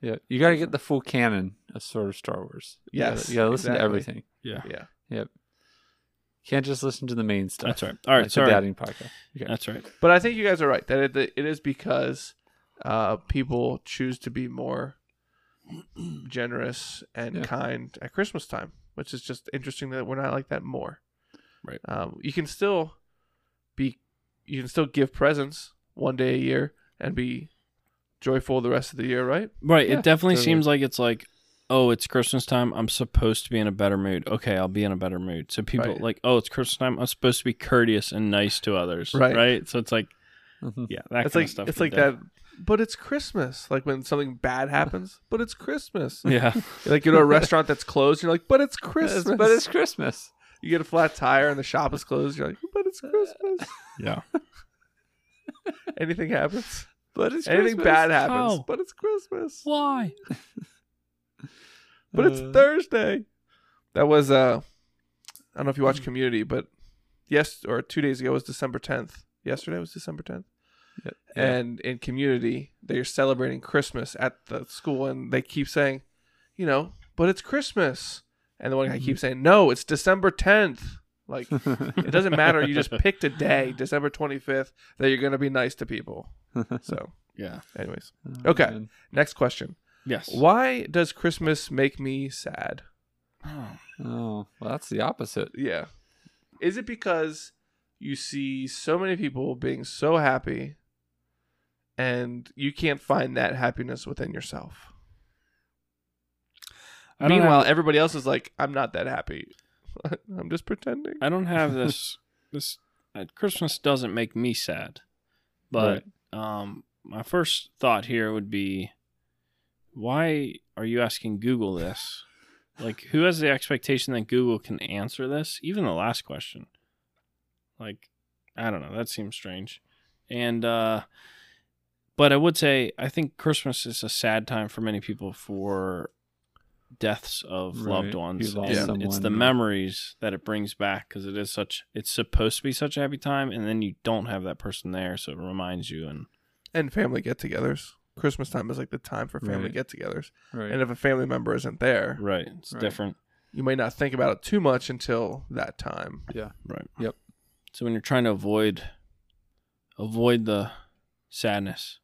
Yeah, you got to get the full canon of sort of Star Wars. You gotta-
Yes,
you got to listen
exactly.
to everything.
Yeah.
Yeah,
Yep. Can't just listen to the main stuff.
That's right. All right.
Like
sorry.
The dating podcast. Okay.
That's right.
but I think you guys are right that it, it is because uh, people choose to be more <clears throat> generous and
Yeah.
kind at Christmas time, which is just interesting that we're not like that more.
Right.
Um, you can still be, you can still give presents one day a year and be joyful the rest of the year, right?
Right.
Yeah,
it definitely
totally.
seems like it's like oh, it's Christmas time. I'm supposed to be in a better mood. Okay, I'll be in a better mood. So people
Right.
like, oh, it's Christmas time. I'm supposed to be courteous and nice to others.
Right.
Right. So it's like,
<laughs> Mhm.
yeah, that
it's
kind
like
of stuff.
it's
we
like
did.
that. But it's Christmas. Like when something bad happens, but it's Christmas.
Yeah.
Like you go to a restaurant that's closed, you're like, but it's Christmas.
But it's Christmas.
you get a flat tire and the shop is closed, you're like, but it's Christmas.
Yeah.
Anything happens.
But it's
Anything
Christmas.
bad happens,
How?
but it's Christmas.
Why?
<laughs> But it's
Uh,
Thursday. That was uh I don't know if you watch
Hmm.
Community, but yes or 2 days ago was December 10th. Yesterday was December 10th.
Yeah.
And in Community, they're celebrating Christmas at the school and they keep saying, you know, but it's Christmas. And the one
Mm-hmm.
guy keeps saying, "No, it's December 10th." Like it doesn't matter. You
<laughs>
just picked a day, December 25th, that you're going to be nice to
<laughs>
people. So,
Yeah.
anyways,
Oh,
Okay.
man.
next question.
Yes.
Why does Christmas make me sad?
Oh.
Oh, well, that's the opposite.
Yeah. Is it because you see so many people being so happy and you can't find that happiness within yourself?
I don't
Meanwhile,
have,
everybody else is like, I'm not that happy. <laughs> I'm just pretending.
I don't have this. this uh, Christmas doesn't make me sad, but um, my first thought here would be, why are you asking Google this? like, who has the expectation that Google can answer this? Even the last question. Like, I don't know. That seems strange. And, uh, but I would say I think Christmas is a sad time for many people for deaths of loved
Right.
ones.
You lost
and It's
someone.
the memories that it brings back because it is such. It's supposed to be such a happy time, and then you don't have that person there, so it reminds you. And
And family get togethers. Christmas time is like the time for family
Right.
get togethers.
Right.
And if a family member isn't there,
right, it's
Right.
different.
you may not think about it too much until that time.
Right.
Yep.
So when you're trying to avoid, avoid the sadness,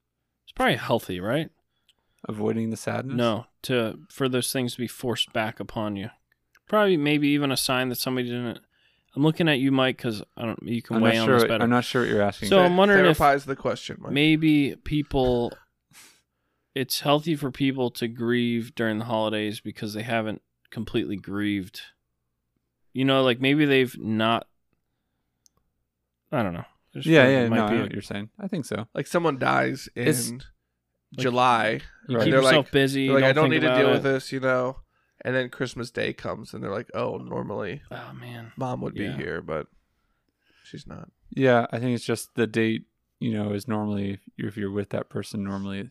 it's probably healthy, right?
Avoiding the sadness.
No, to for those things to be forced back upon you. Probably, maybe even a sign that somebody didn't. I'm looking at you, Mike, because I don't. You can
I'm
weigh
not
on
sure.
this
What,
better.
I'm not sure what you're asking.
So I'm wondering if-
Clarifies the question. Mike.
maybe people. It's healthy for people to grieve during the holidays because they haven't completely grieved. You know, like maybe they've not. I don't know. There's
yeah,
probably-
yeah,
might
no, I
be
know
a-
what you're saying. I think so.
like someone dies in
It's-
July.
You
Right.
keep
They're
yourself
like-
busy.
They're like, I don't
think
need to
about
deal
it.
with this, you know. And then Christmas Day comes, and they're like, oh, normally
Oh man.
mom would be
Yeah.
here, but she's not.
Yeah, I think it's just the date. You know, is normally if you're, if you're with that person, normally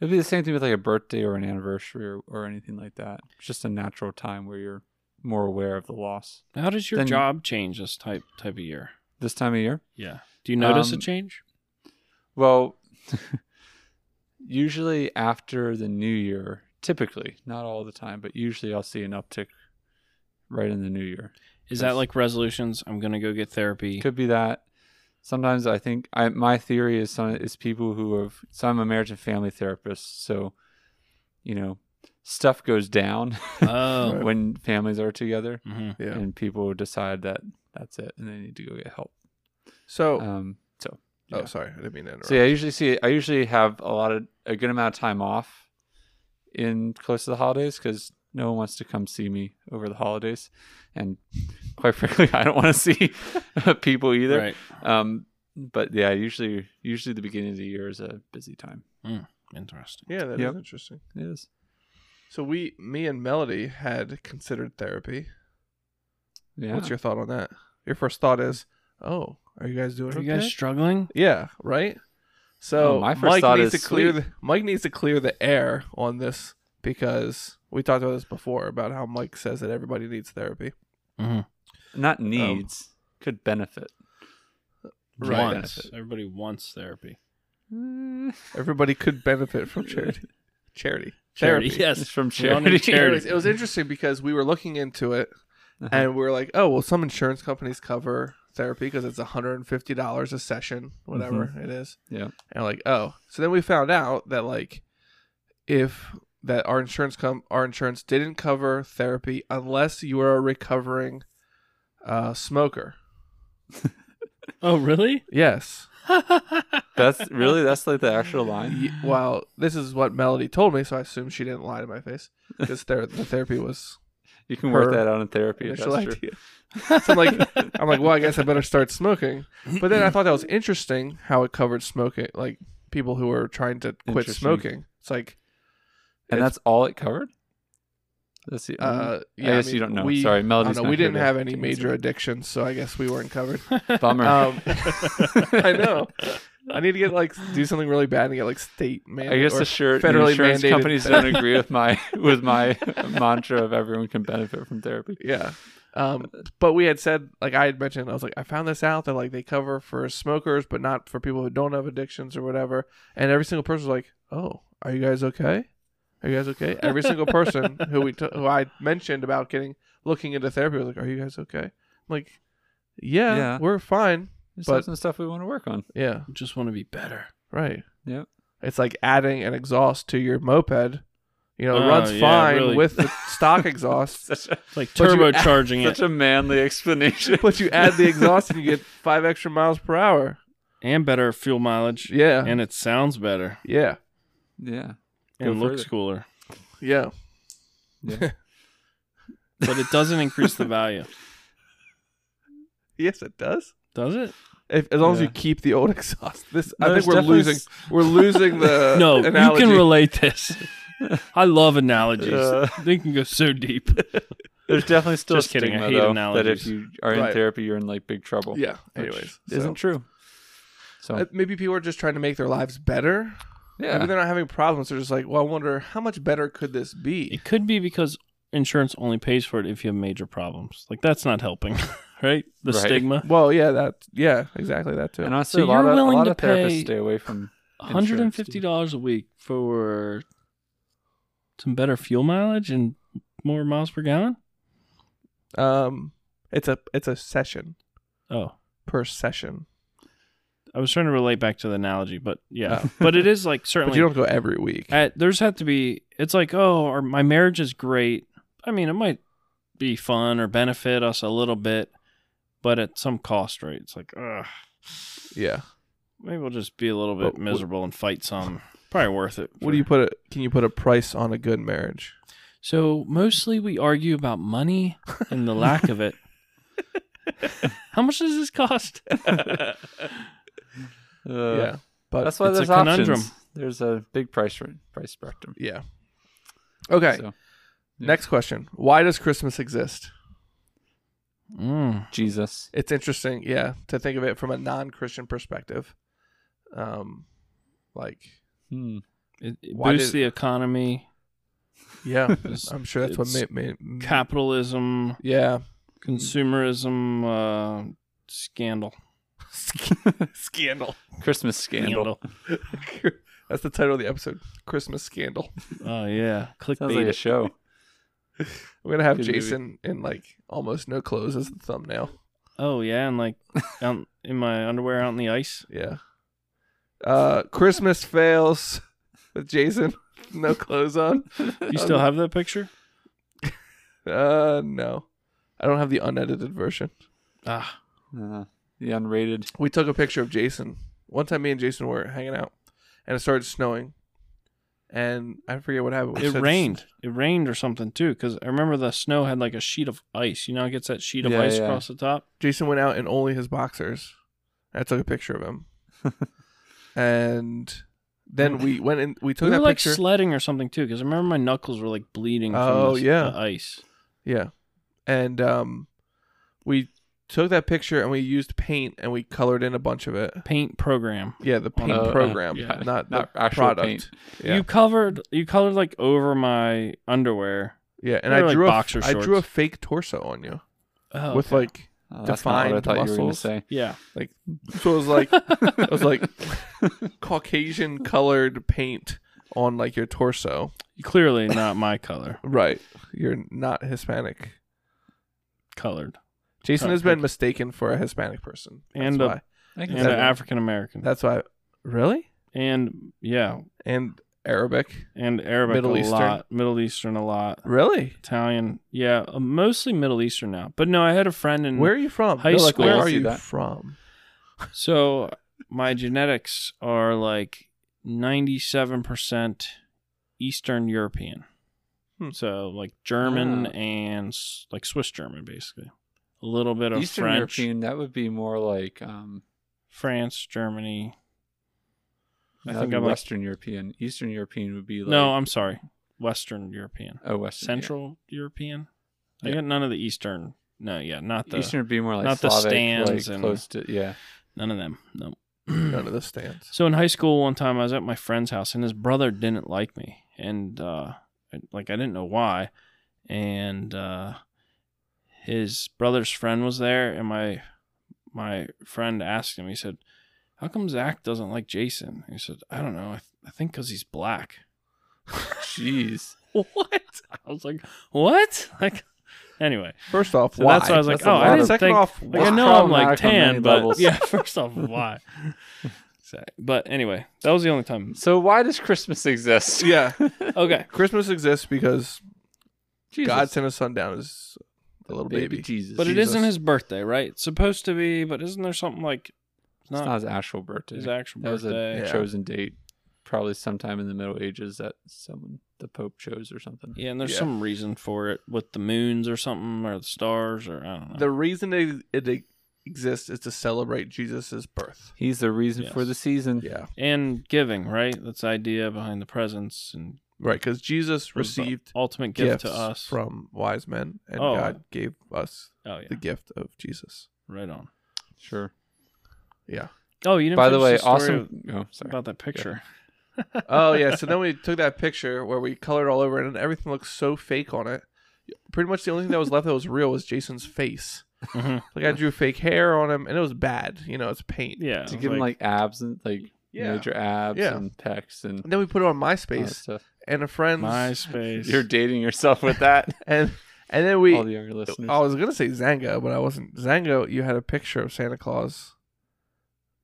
it'd be the same thing with like a birthday or an anniversary or, or anything like that. It's just a natural time where you're more aware of the loss.
How does your
Then-
job change this type type of year?
This time of year.
Yeah. Do you notice a
Um,
change?
Well, <laughs> usually after the new year, typically, not all the time, but usually I'll see an uptick right in the new year.
Is that like resolutions? I'm gonna go get therapy.
Could be that. Sometimes I think I my theory is some is people who have so I'm a marriage and family therapist, so you know, stuff goes down
<laughs>
<laughs>
Oh,
Right.
when families are together
hmm
Yeah.
and people decide that that's it and they need to go get help.
so,
Uh,
Um so
oh,
yeah.
sorry, I didn't mean to interrupt.
So yeah, I usually see. I usually have a lot of a good amount of time off in close to the holidays because no one wants to come see me over the holidays, and quite <laughs> frankly, I don't want to see <laughs> people either.
Right.
Um, but yeah, usually, usually the beginning of the year is a busy time.
Interesting.
yeah, that is
Yep.
interesting.
It is.
So we, me and Melody, had considered therapy.
Yeah.
What's your thought on that? Your first thought is, oh, are you guys doing
Mm. Are
okay?
you guys struggling?
Yeah, right. So
Oh, my first
Mike
thought
needs
is
to clear
sweet.
the Mike needs to clear the air on this because we talked about this before about how Mike says that everybody needs therapy.
Mm-hmm.
Oh.
Not needs could benefit.
Right.
Wants. Everybody wants therapy.
Eh. Everybody could benefit from
<laughs>
charity. charity.
Charity.
Therapy.
Yes.
It's from
We all need
charity.
Anyways, <laughs>
charity.
it was interesting because we were looking into it
Uh-huh.
and we were like, oh, well, some insurance companies cover therapy because it's $150 a session, whatever it is.
Mm-hmm. Yeah.
And like, oh. So then we found out that like if that our insurance com- our insurance didn't cover therapy unless you are a recovering uh, smoker.
Oh, really?
Yes. <laughs>
That's really that's like the actual <sighs> line.
Ye- well, this is what Melody told me, so I assume she didn't lie to my
<laughs>
face because ther- the therapy was
You can work
Her
that out in therapy. if
initial
That's true.
idea. so I'm like, I'm like, well, I guess I better start smoking. But then I thought that was interesting how it covered smoking, like people who are trying to quit
Interesting.
smoking. It's like,
And that's all it covered. That's the
uh, yeah,
Mm-hmm. I guess
mean,
you don't know.
We,
Sorry,
I
Melody's
don't know.
not
We
here
didn't
to-
have any
to
major
answer.
addictions, so I guess we weren't covered. <laughs>
Bummer. <laughs>
Um, I know. I need to get like do something really bad and get like state
I
mandate.
guess
or
the, sure, the
federally
insurance
mandated <laughs>
companies don't agree with my with my <laughs> mantra of everyone can benefit from therapy.
Yeah. Um, but we had said, like I had mentioned, I was like, I found this out that like they cover for smokers, but not for people who don't have addictions or whatever. And every single person was like, "Oh, are you guys okay? Are you guys okay?" Every single person who we t- who I mentioned about getting looking into therapy was like, "Are you guys okay?" I'm like, yeah,
Yeah.
we're fine.
There's
But-
some stuff we want to work on.
Yeah,
Just want to be better.
right.
Yep.
It's like adding an exhaust to your moped. You know, it
Oh,
runs
yeah,
fine
really.
with the stock exhaust,
Such a,
It's like
But you-
turbocharging
<laughs>
it
such a manly explanation.
but you add the exhaust and you get five extra miles per hour.
and better fuel mileage.
Yeah.
And it sounds better
yeah.
<laughs> yeah. Go
and looks
further.
cooler,
Yeah.
but it doesn't increase the value,
Yes, it does.
does it?
If, as long as you
Yeah.
keep the old <laughs> exhaust, this I
There's
think we're
definitely
losing
s-
we're losing the
<laughs> no,
Uh, analogy.
you can relate this. I love analogies.
Uh,
they can go so deep.
There's definitely still
Just
a
kidding, I
stigma
hate
though, that
analogies.
if you are in
Right.
therapy, you're in like big trouble.
Yeah.
which
Anyways,
isn't
so.
true. So
Uh, maybe people are just trying to make their lives better.
yeah,
Maybe they're not having problems. They're just like, well, I wonder how much better could this be?
It could be because insurance only pays for it if you have major problems. Like that's not helping, <laughs> right? The
Right.
stigma.
Well, yeah, that yeah, exactly that too.
and honestly,
So
a lot
you're
of a
willing
lot
to
of therapists
pay
stay away from
hundred and fifty dollars a week for some better fuel mileage and more miles per gallon.
Um, it's a it's a session
Oh,
per session,
I was trying to relate back to the analogy, but
<laughs>
yeah, but it is like
but
certainly
you don't go every week.
at, there's had to be. It's like oh, our, my marriage is great. I mean, it might be fun or benefit us a little bit, but at some cost, right? It's like ugh,
yeah.
maybe we'll just be a little bit
But what-
miserable and fight some. Probably worth it.
What
for-
do you put? A, can you put a price on a good marriage?
So mostly we argue about money and the lack of it. <laughs> How much does this cost?
Uh,
yeah, but
that's why
It's a
there's options.
conundrum.
There's a big price ra- price spectrum.
yeah. Okay.
So, Yeah.
Next question. Why does Christmas exist?
Mm.
Jesus,
It's interesting, yeah, to think of it from a non-Christian perspective. Um like <laughs>
Hmm.
It, it
Why
boosts
did-
the economy,
yeah,
It's-
I'm sure that's what
it's
made me
capitalism,
Yeah.
consumerism, uh, scandal.
Scandal.
Christmas scandal.
<laughs> that's the title of the episode. Christmas scandal.
Oh yeah,
Sounds like
clickbait.
a show.
I'm gonna have
Good movie.
Jason in like almost no clothes as the thumbnail.
oh yeah, and like out in my underwear out on the ice.
Yeah. Uh Christmas fails with Jason, <laughs> no clothes on. <laughs>
You still have that picture?
Uh no. I don't have the unedited version.
Ah,
Uh, the unrated.
we took a picture of Jason. One time, me and Jason were hanging out, and it started snowing, and I forget what happened. We
it
said-
rained. It rained or something too, because I remember the snow had like a sheet of ice. You know, it gets that sheet of
Yeah,
ice
yeah.
across the top.
Jason went out in only his boxers. I took a picture of
<laughs>
him, and then we went and we took
we were
that
like
picture.
sledding or something too, because I remember my knuckles were like bleeding.
Oh,
from the,
yeah.
the ice.
yeah, and um, we took that picture and we used paint and we colored in a bunch of it.
Paint program.
Yeah, the paint
Oh,
program,
yeah.
not the
Not actual
product.
paint.
Yeah.
You covered. You colored like over my underwear.
Yeah, and
They
I
were like
drew
boxer
a, I drew a
shorts.
fake torso on you
Oh,
with
okay.
like
Uh, that's not what I
Defined
thought you were going to
muscles.
say.
yeah.
Like so it was like it was like Caucasian colored paint on like your torso.
Clearly not my color.
Right. You're not Hispanic.
Colored
Jason
Oh,
has been
okay.
mistaken for a Hispanic person. <laughs> That's
And a-
why.
I can
and
see that.
African American.
that's why Really?
And yeah,
And Arabic.
and Arabic
Middle
a
Eastern.
lot. Middle Eastern a lot.
Really?
Italian. Yeah, uh, mostly Middle Eastern now. But no, I had a friend in
Where are you from?
High
like,
school.
where
I
are
see
you
that.
from?
So my genetics are like 97% Eastern European.
Hmm.
So like German
Ah.
and s- like Swiss German basically. A little bit of
Eastern
French,
European, that would be more like um,
France, Germany. I
I
think
think
I'm like-
Western European. Eastern European would be like
no, I'm sorry. Western European.
oh Western yeah.
Central European. I
Yeah.
got none of the Eastern. No, yeah, not the
Eastern would be more like
not the
Slavic,
stands
like
and-
close to yeah.
none of them. No.
None of this stands.
So in high school, one time I was at my friend's house, and his brother didn't like me, and uh, I- like I didn't know why, and uh, his brother's friend was there, and my my friend asked him. He said, "How come Zach doesn't like Jason?" And he said, "I don't know. I, th- I think because he's black."
Jeez.
What? <laughs> I was like, "What?" <laughs> Like, anyway.
First off,
So
why?
that's why I was like,
a
"Oh, I
lot
didn't
of-
Second
think." <laughs>
off,
Like
why?
I know I'm like
Problematic on many
tan, but <laughs>
levels.
yeah. First off, why? <laughs> So- but anyway, that was the only time.
So why does Christmas exist?
Yeah,
Okay,
Christmas exists
<laughs>
because
<laughs> Jesus.
God sent his son down as a little
baby,
baby.
Jesus.
but it
Jesus.
isn't his birthday, right? It's supposed to be, but isn't there something like it's
it's not,
not,
his actual birthday.
his actual
that was a
birthday?
Yeah.
chosen date, probably sometime in the Middle Ages that someone the Pope chose or something.
Yeah, and there's
Yeah.
some reason for it with the moons or something or the stars or I don't know.
The reason it, it exists is to celebrate Jesus' birth.
He's the reason for
Yes.
the season.
Yeah,
and giving, right? That's the idea behind the presents and
right. Because Jesus
was the
received
ultimate
gifts
gift to us.
from wise men, and
Oh.
God gave us
oh yeah,
the gift of Jesus.
right on.
Sure.
Yeah.
<laughs> Oh, you didn't.
By the
finish
way,
story
awesome. Oh, sorry.
about that picture.
oh yeah. So then we took that picture where we colored all over it, and everything looked so fake on it. Pretty much the only thing that was left that was real was Jason's face.
<laughs> Mhm.
Like I drew fake hair on him, and it was bad. You know, it's paint.
Yeah,
to
I was
give him like abs and like
Yeah.
major abs
Yeah.
and pecs and all
And then we put it on
that
MySpace
stuff.
and a friend's,
MySpace. Oh,
You're dating yourself with that.
and and then <laughs> we.
all the younger listeners.
I was gonna say Zanga, but I wasn't. Zanga, you had a picture of Santa Claus.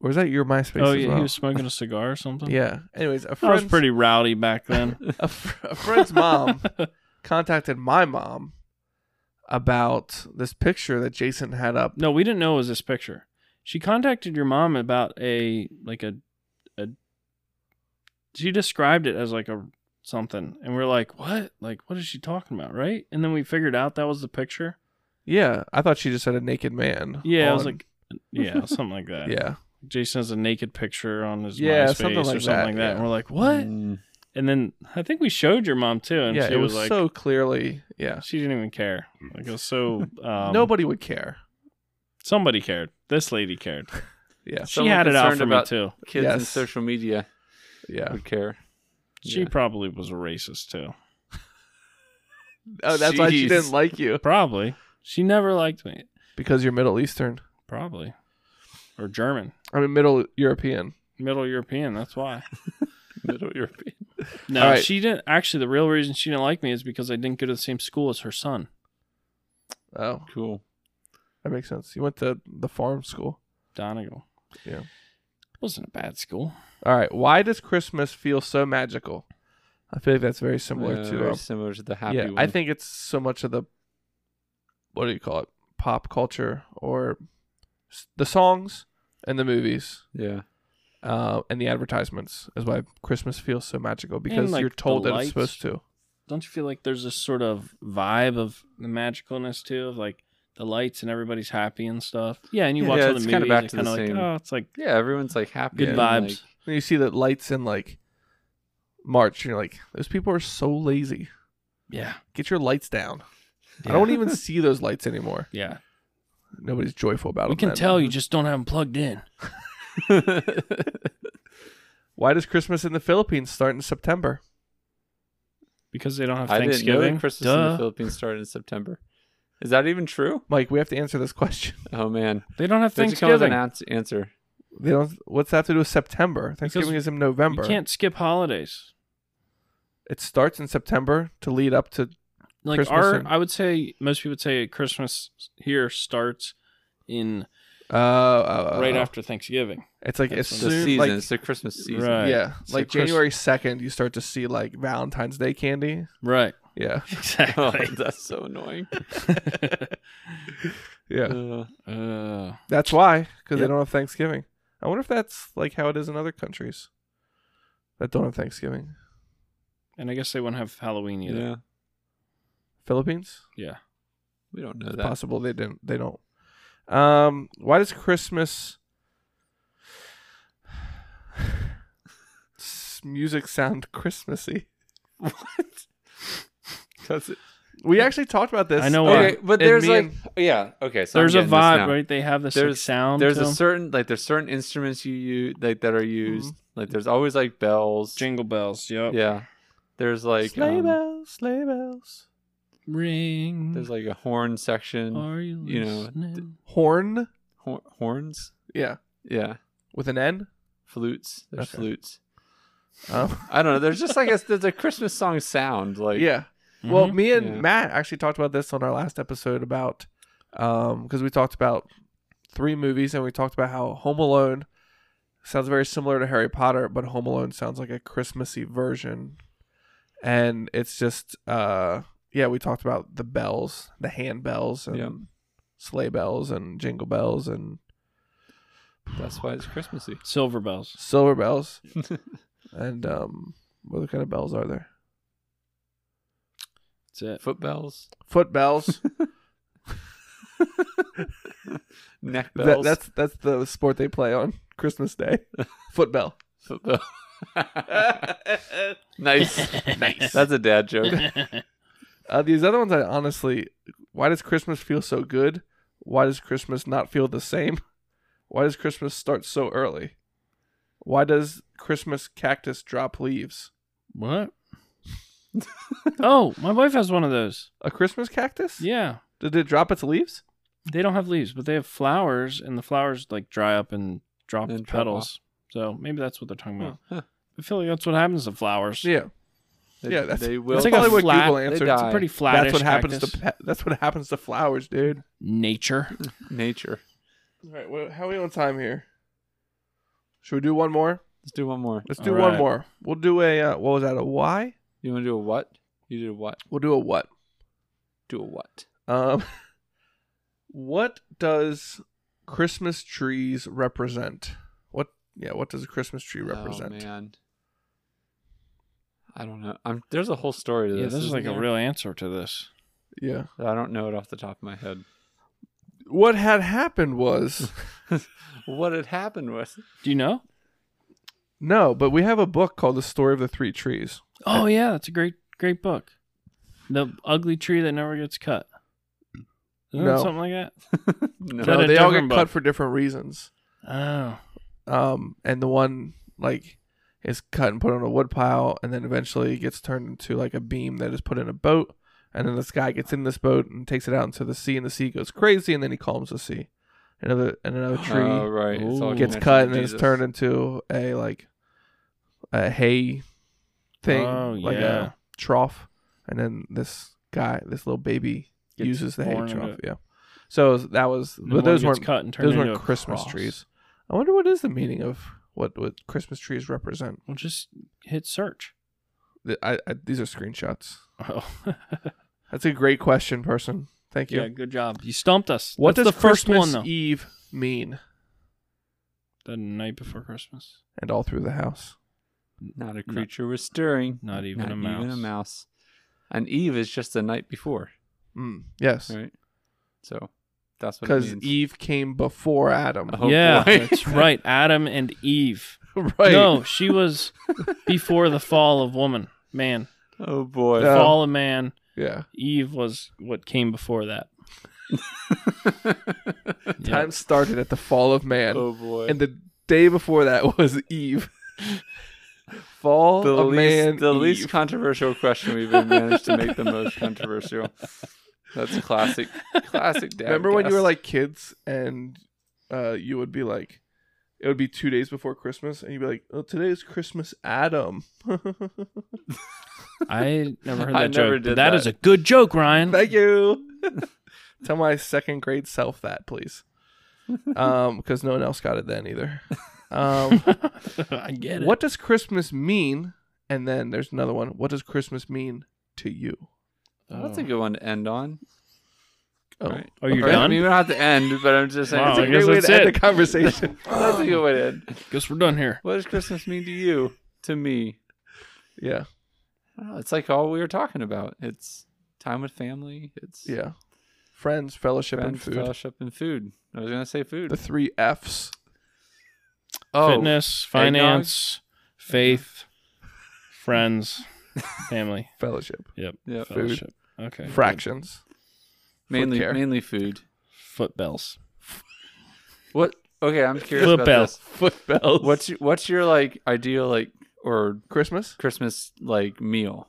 Or is that your MySpace?
Oh
as
yeah,
well?
he was smoking a cigar or
<laughs>
something.
Yeah. Anyways, a
I was
friend's,
pretty rowdy back then.
<laughs> a, fr- a <laughs> friend's
<laughs>
mom contacted my mom about this picture that Jason had up.
No, we didn't know it was this picture. She contacted your mom about a like a a she described it as like a something and we're like, "What? Like what is she talking about?" Right? And then we figured out that was the picture.
Yeah, I thought she just had a naked man.
Yeah, I was
on-
like uh, yeah, <laughs> something like that.
yeah,
Jason has a naked picture on his
Yeah,
MySpace
something
or
like
something
that,
like that.
yeah.
And we're like, "What?"
Mm.
And then I think we showed your mom too and
yeah.
she
It was,
like
so clearly, yeah.
she didn't even care. Like it was so
<laughs>
um,
Nobody would care.
somebody cared. This
<laughs>
lady cared.
Yeah,
She
Someone
had it out
concerned
for me
about-
too.
Kids and
Yes.
social media
yeah.
would care.
She
Yeah.
probably was a racist too.
Oh, that's why she
Jeez.
didn't like you
Probably. She never liked me.
because you're Middle Eastern.
Probably. Or German.
I mean, Middle European.
Middle European, that's
<laughs>
why.
Middle European.
No,
All right.
she didn't actually the real reason she didn't like me is because I didn't go to the same school as her son.
Oh,
Cool.
that makes sense. You went to the farm school.
Donegal.
Yeah.
Wasn't a bad school.
All right. Why does Christmas feel so magical? I feel like that's very similar
Uh,
to.
very
Um,
similar to the happy
yeah,
one.
I think it's so much of the. What do you call it? Pop culture or s- the songs and the movies
Yeah.
uh, and the advertisements is why Christmas feels so magical because
like,
you're told
the
that it's supposed to.
Don't you feel like there's this sort of vibe of the magicalness too of like the lights and everybody's happy and stuff. Yeah, and you
Yeah,
watch all the
it's
movies,
kinda back
it's
to the
kinda like,
same-
oh, it's like
Yeah, everyone's like happy.
Good
and,
vibes.
like-
And you see the lights in like March, and you're like, those people are so lazy.
yeah.
Get your lights down. I don't even see those lights anymore.
Yeah.
Nobody's joyful about it.
We can tell you just don't have them plugged in.
<laughs>
Why does Christmas in the Philippines start in September?
Because they don't have
I didn't
Thanksgiving.
know that Christmas in
Duh.
the Philippines started in September. Is that even true?
Mike, we have to answer this <laughs> question.
Oh man.
They don't have
They just come up with
Thanksgiving.
an ans- answer.
They don't. What's that have to do with September? Thanksgiving is in November.
You can't skip holidays.
It starts in September to lead up to.
Like
Christmas
our,
and-
I would say most people would say Christmas here starts in
Uh, uh,
right
uh,
after Thanksgiving.
It's like as
That's
The
when
soon
season.
like
it's the Christmas season.
Right.
Yeah,
It's
like
like Chris-
January second, you start to see like Valentine's Day candy.
Right. <laughs>
Yeah,
<laughs> Oh,
Exactly.
that's so
<laughs>
annoying.
yeah,
Uh,
uh,
that's why because they
Yep.
don't have Thanksgiving. I wonder if that's like how it is in other countries that don't have Thanksgiving.
And I guess they wouldn't have Halloween
Yeah.
either.
Philippines?
Yeah.
We don't know
It's
that.
possible they didn't. They don't. Um, why does Christmas <sighs> s- music sound Christmassy?
That's it.
We actually talked about this.
I know why.
Okay,
And
but there's
me
like
and-
yeah, okay. So I'm
There's a
getting this
vibe,
now.
right? They have this like,
There's-
sound.
There's
to
a
them.
certain like there's certain instruments you use like that are used. Like there's always like bells.
Mm-hmm. jingle bells.
Oh.
Yep.
Yeah. There's like
sleigh
um,
bells, sleigh bells,
Ring.
there's like a horn section.
Are you,
you know,
listening?
horn.
Hor- horns?
Yeah,
Yeah.
with an N.
Flutes. There's
Okay.
flutes.
Um,
I don't know. There's just like a there's a Christmas song sound. <laughs> Like
yeah. Well,
Mhm.
me and
Mm-hmm. Yeah.
Matt actually talked about this on our last episode about um because we talked about three movies and we talked about how Home Alone sounds very similar to Harry Potter, but Home Alone sounds like a Christmassy version. And it's just uh yeah, we talked about the bells, the hand bells and
Yeah.
sleigh bells and jingle bells and
that's why it's Christmassy.
silver bells.
silver
<laughs>
bells. and um what other kind of bells are there?
That's it.
Foot bells,
Foot bells.
neck
That-
bells.
that's that's the sport they play on Christmas <laughs> Day. Footbell.
foot
<laughs>
bell. nice. nice. That's a
<laughs>
dad joke.
Uh, these other ones, I honestly, why does Christmas feel so good? Why does Christmas not feel the same? Why does Christmas start so early? Why does Christmas cactus drop leaves?
<laughs>
What? oh, my wife has one of those.
A Christmas cactus?
Yeah.
Did it drop its leaves?
They don't have leaves, but they have flowers, and the flowers like dry up and drop
And
the
drop
petals. So maybe that's what they're talking about.
Huh.
I feel like that's what happens to flowers.
Yeah,
They,
yeah. That's,
they will
that's
It's like a
probably what
flat-
Google
they
answered.
die.
It's a pretty flattish.
That's what happens
cactus.
to pe- that's what happens to flowers, dude.
nature.
nature.
All right, well, how are we on time here? Should we do one more?
Let's do one more.
Let's do
All
one
right.
more. We'll do a uh, what was that? A why?
You want to do a what? You do a what?
We'll do a what?
Do a what?
Um, <laughs> what does Christmas trees represent? What? Yeah, what does a Christmas tree
Oh,
represent?
man. I don't know. I'm, there's a whole story to this.
Yeah, this is
isn't
like a
there?
real answer to this.
yeah.
I don't know it off the top of my head. <laughs>
What had happened was
what had happened was
Do you know?
no, but we have a book called "The Story of the Three Trees."
Oh yeah, that's a great great book. The ugly tree that never gets cut. Isn't
No.
that something like that?
no.
Is that
No,
a
they all get
different
cut
book?
for different reasons.
Oh.
Um, and the one like is cut and put on a woodpile, and then eventually gets turned into like a beam that is put in a boat. And then this guy gets in this boat and takes it out into the sea, and the sea goes crazy, and then he calms the sea. Another and another tree
Oh, right. It's all
Ooh.
gets
connected
cut
to
and then it's
Jesus.
turned into a like a hay thing,
Oh,
like
yeah.
a trough, and then this guy, this little baby,
Gets
uses the hay
born
trough.
into it.
Yeah. So that was,
And then
but those
one gets
weren't
cut and turned
those
into
weren't
a
Christmas
cross.
trees. I wonder what is the meaning of what what Christmas trees represent.
Well, just hit search. <laughs>
Th- I, I, these are screenshots.
Oh.
That's a great question, person. Thank you.
yeah, good job. You stumped us.
What
That's
does
the first
Christmas
one though?
Eve mean?
the night before Christmas.
And all through the house.
Not a
No.
creature was stirring.
Not even a mouse.
Even a mouse. And Eve is just the night before,
Mm, yes,
right? So that's what.
because
Because
Eve came before Adam.
Oh,
yeah,
boy. <laughs>
that's right. Adam and Eve.
<laughs> right.
No, she
<laughs>
was before the fall of woman, man.
Oh boy.
Yeah.
Fall of man.
Yeah.
Eve was what came before
<laughs>
that. Yeah.
Time started at the fall of man,
oh boy.
and the day before that <laughs> was Eve. fall
the
of
least,
man.
the
Eve.
least controversial question we've even managed to make the most controversial. That's classic, classic dad.
Remember when you were
guess.
like kids and uh, you would be like, it would be two days before Christmas, and you'd be like, "Oh, today is Christmas, Adam." <laughs>
I never heard that
I
joke.
never
but
did
that
that.
is a good joke, Ryan. <laughs>
<laughs>
Thank <laughs> you. Tell my second grade self that, <laughs> please, um, because no one else got it then either. Um,
I get it.
what does Christmas mean? And then there's another
Oh,
one. What does Christmas mean to you?
That's a good one to end on.
Oh.
Right.
Are you
All right, I
done?
mean, we don't have to end, but I'm just saying
Wow,
it's a
I
great
guess
way
that's
to end
it.
the conversation. <laughs> that's a good way to end.
Guess we're done here.
What does Christmas mean to you? To me,
yeah,
I don't know, it's like all we were talking about. It's time with family. It's
yeah. Friends, fellowship,
friends,
and food.
fellowship, and food. I was gonna say food.
The three F's.
oh,
Fitness, finance,
<laughs>
faith, friends, family,
Fellowship.
yeah,
fellowship. Okay.
Fractions.
mainly
care.
mainly food.
Footbells.
What? Okay, I'm curious
Foot
about
bell.
this.
Footbells.
What's your, what's your like ideal like or
Christmas?
Christmas like meal?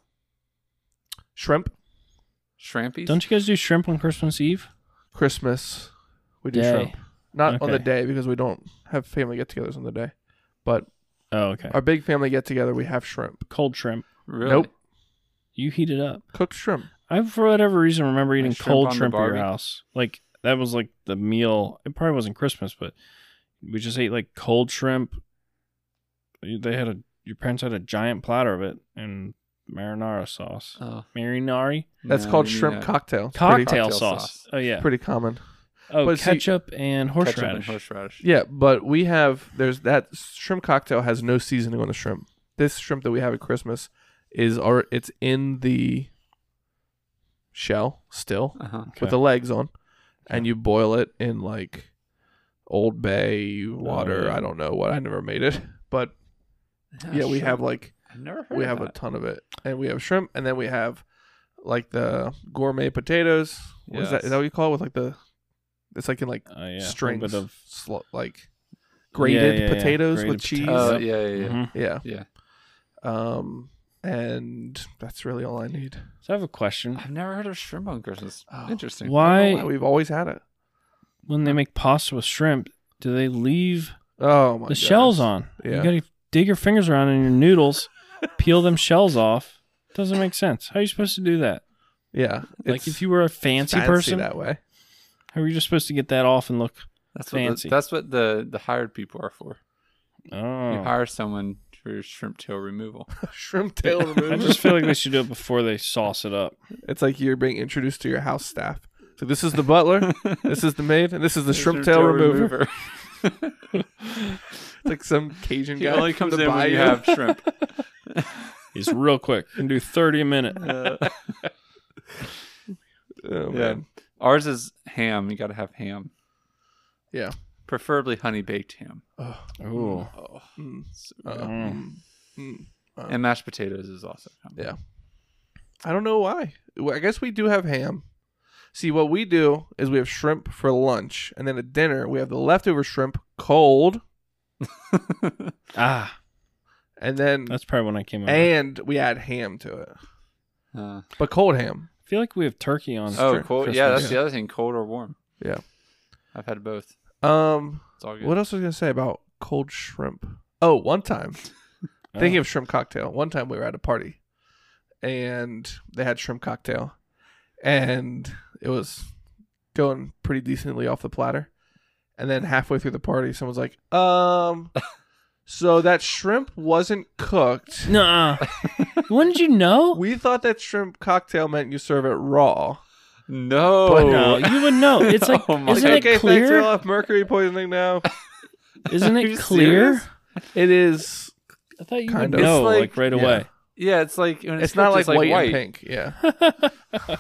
Shrimp.
Shrimpies?
Don't you guys do shrimp on Christmas Eve?
Christmas. We do
Day.
shrimp. Not on the
Okay.
day because we don't have family get togethers on the day. But
Oh, okay.
our big family get together, we have shrimp.
Cold shrimp.
really?
Nope.
You heat it up.
Cooked shrimp.
I, for whatever reason, remember eating
shrimp on
cold
the
shrimp at your
Barbie?
house. Like that was like the meal. It probably wasn't Christmas, but we just ate like cold shrimp. You- They had a your parents had a giant platter of it and marinara sauce,
Oh,
marinari
That's
no,
called
we need
shrimp
that.
cocktail. It's
cocktail,
Uh, pretty-
cocktail
sauce.
sauce.
Oh yeah.
Pretty common.
oh,
but see-
ketchup and
Ketchup and
horseradish.
horseradish.
Yeah, but we have there's that shrimp cocktail has no seasoning on the shrimp. This shrimp that we have at Christmas is our it's in the shell still
Uh-huh.
with the legs on, and you boil it in like Old Bay water.
Oh,
yeah.
I don't know what I never made it, but yeah, we have like
I've never Ah, heard
we
of
have a
that.
ton of it, and we have shrimp, and then we have like the gourmet potatoes. What is that? Is
Yes.
that what you call it? With like the it's like in like
Oh, yeah. a little
strings
bit of
sl- like grated
yeah, yeah.
potatoes
Grated
with cheese. Mm-hmm.
potatoes.
Oh, yeah, yeah, yeah.
Mhm.
Yeah.
Yeah.
Um, and that's really all I need.
So I have a question.
I've never heard of shrimp on Christmas.
Oh.
Interesting.
I don't
Why
know why, we've always had it.
when they make pasta with shrimp, do they leave
Oh my!
the
gosh.
shells on?
Yeah.
You gotta dig your fingers around in your noodles, peel them shells off. Doesn't make sense. How are you supposed to do that?
Yeah.
like if you were a fancy, person,
that way.
how are you just supposed to get that off and look?
That's
Fancy.
what the, that's what the the hired people are for. You
Oh,
hire someone for your shrimp tail removal.
Shrimp tail <laughs>
I
remover.
just feel like they should do it before they sauce it up.
it's like you're being introduced to your house staff. So this is the butler, this is the maid, and this is the <laughs> shrimp, tail, remover. <laughs> It's like some Cajun
he
guy
only
from
comes
the
in when <laughs> you
bayou.
have shrimp.
It's real quick. Can do thirty a minute.
Uh,
Oh,
<laughs> yeah.
man.
Ours is ham. You got to have ham.
Yeah.
Preferably honey baked ham.
Oh.
Ooh.
Oh.
Mm.
so
Uh,
good.
mm. Mm.
And mashed potatoes is also.
Yeah. I don't know why. Well, I guess we do have ham. See, what we do is we have shrimp for lunch, and then at dinner we have the leftover shrimp cold,
Ah,
and then
that's probably when I came up. I
and we add ham to it,
Uh,
but cold ham.
feel like we have turkey on.
oh,
true.
cold. Yeah, that's
Christmas.
the other thing. Cold or warm.
Yeah.
I've had both.
Um,
It's all good.
what else was I gonna say about cold shrimp? Oh, one time
Oh.
thinking of shrimp cocktail. One time we were at a party, and they had shrimp cocktail, and it was going pretty decently off the platter. And then halfway through the party, someone's like, "Um, so that shrimp wasn't cooked.
Nuh-uh. when did you know?
We thought that shrimp cocktail meant you serve it raw.
No.
But
No, you would know. It's like,
Oh my
isn't it
okay, thanks. We all
clear?
have mercury poisoning now.
Isn't
Are
it
you
clear?
serious?
It is.
I thought you
Kind
would
of.
know,
It's
like,
like-
right
yeah.
away.
Yeah, it's like when
It's,
it's,
not
cooked,
like,
it's like
white, and
white.
pink. Yeah,
Ew,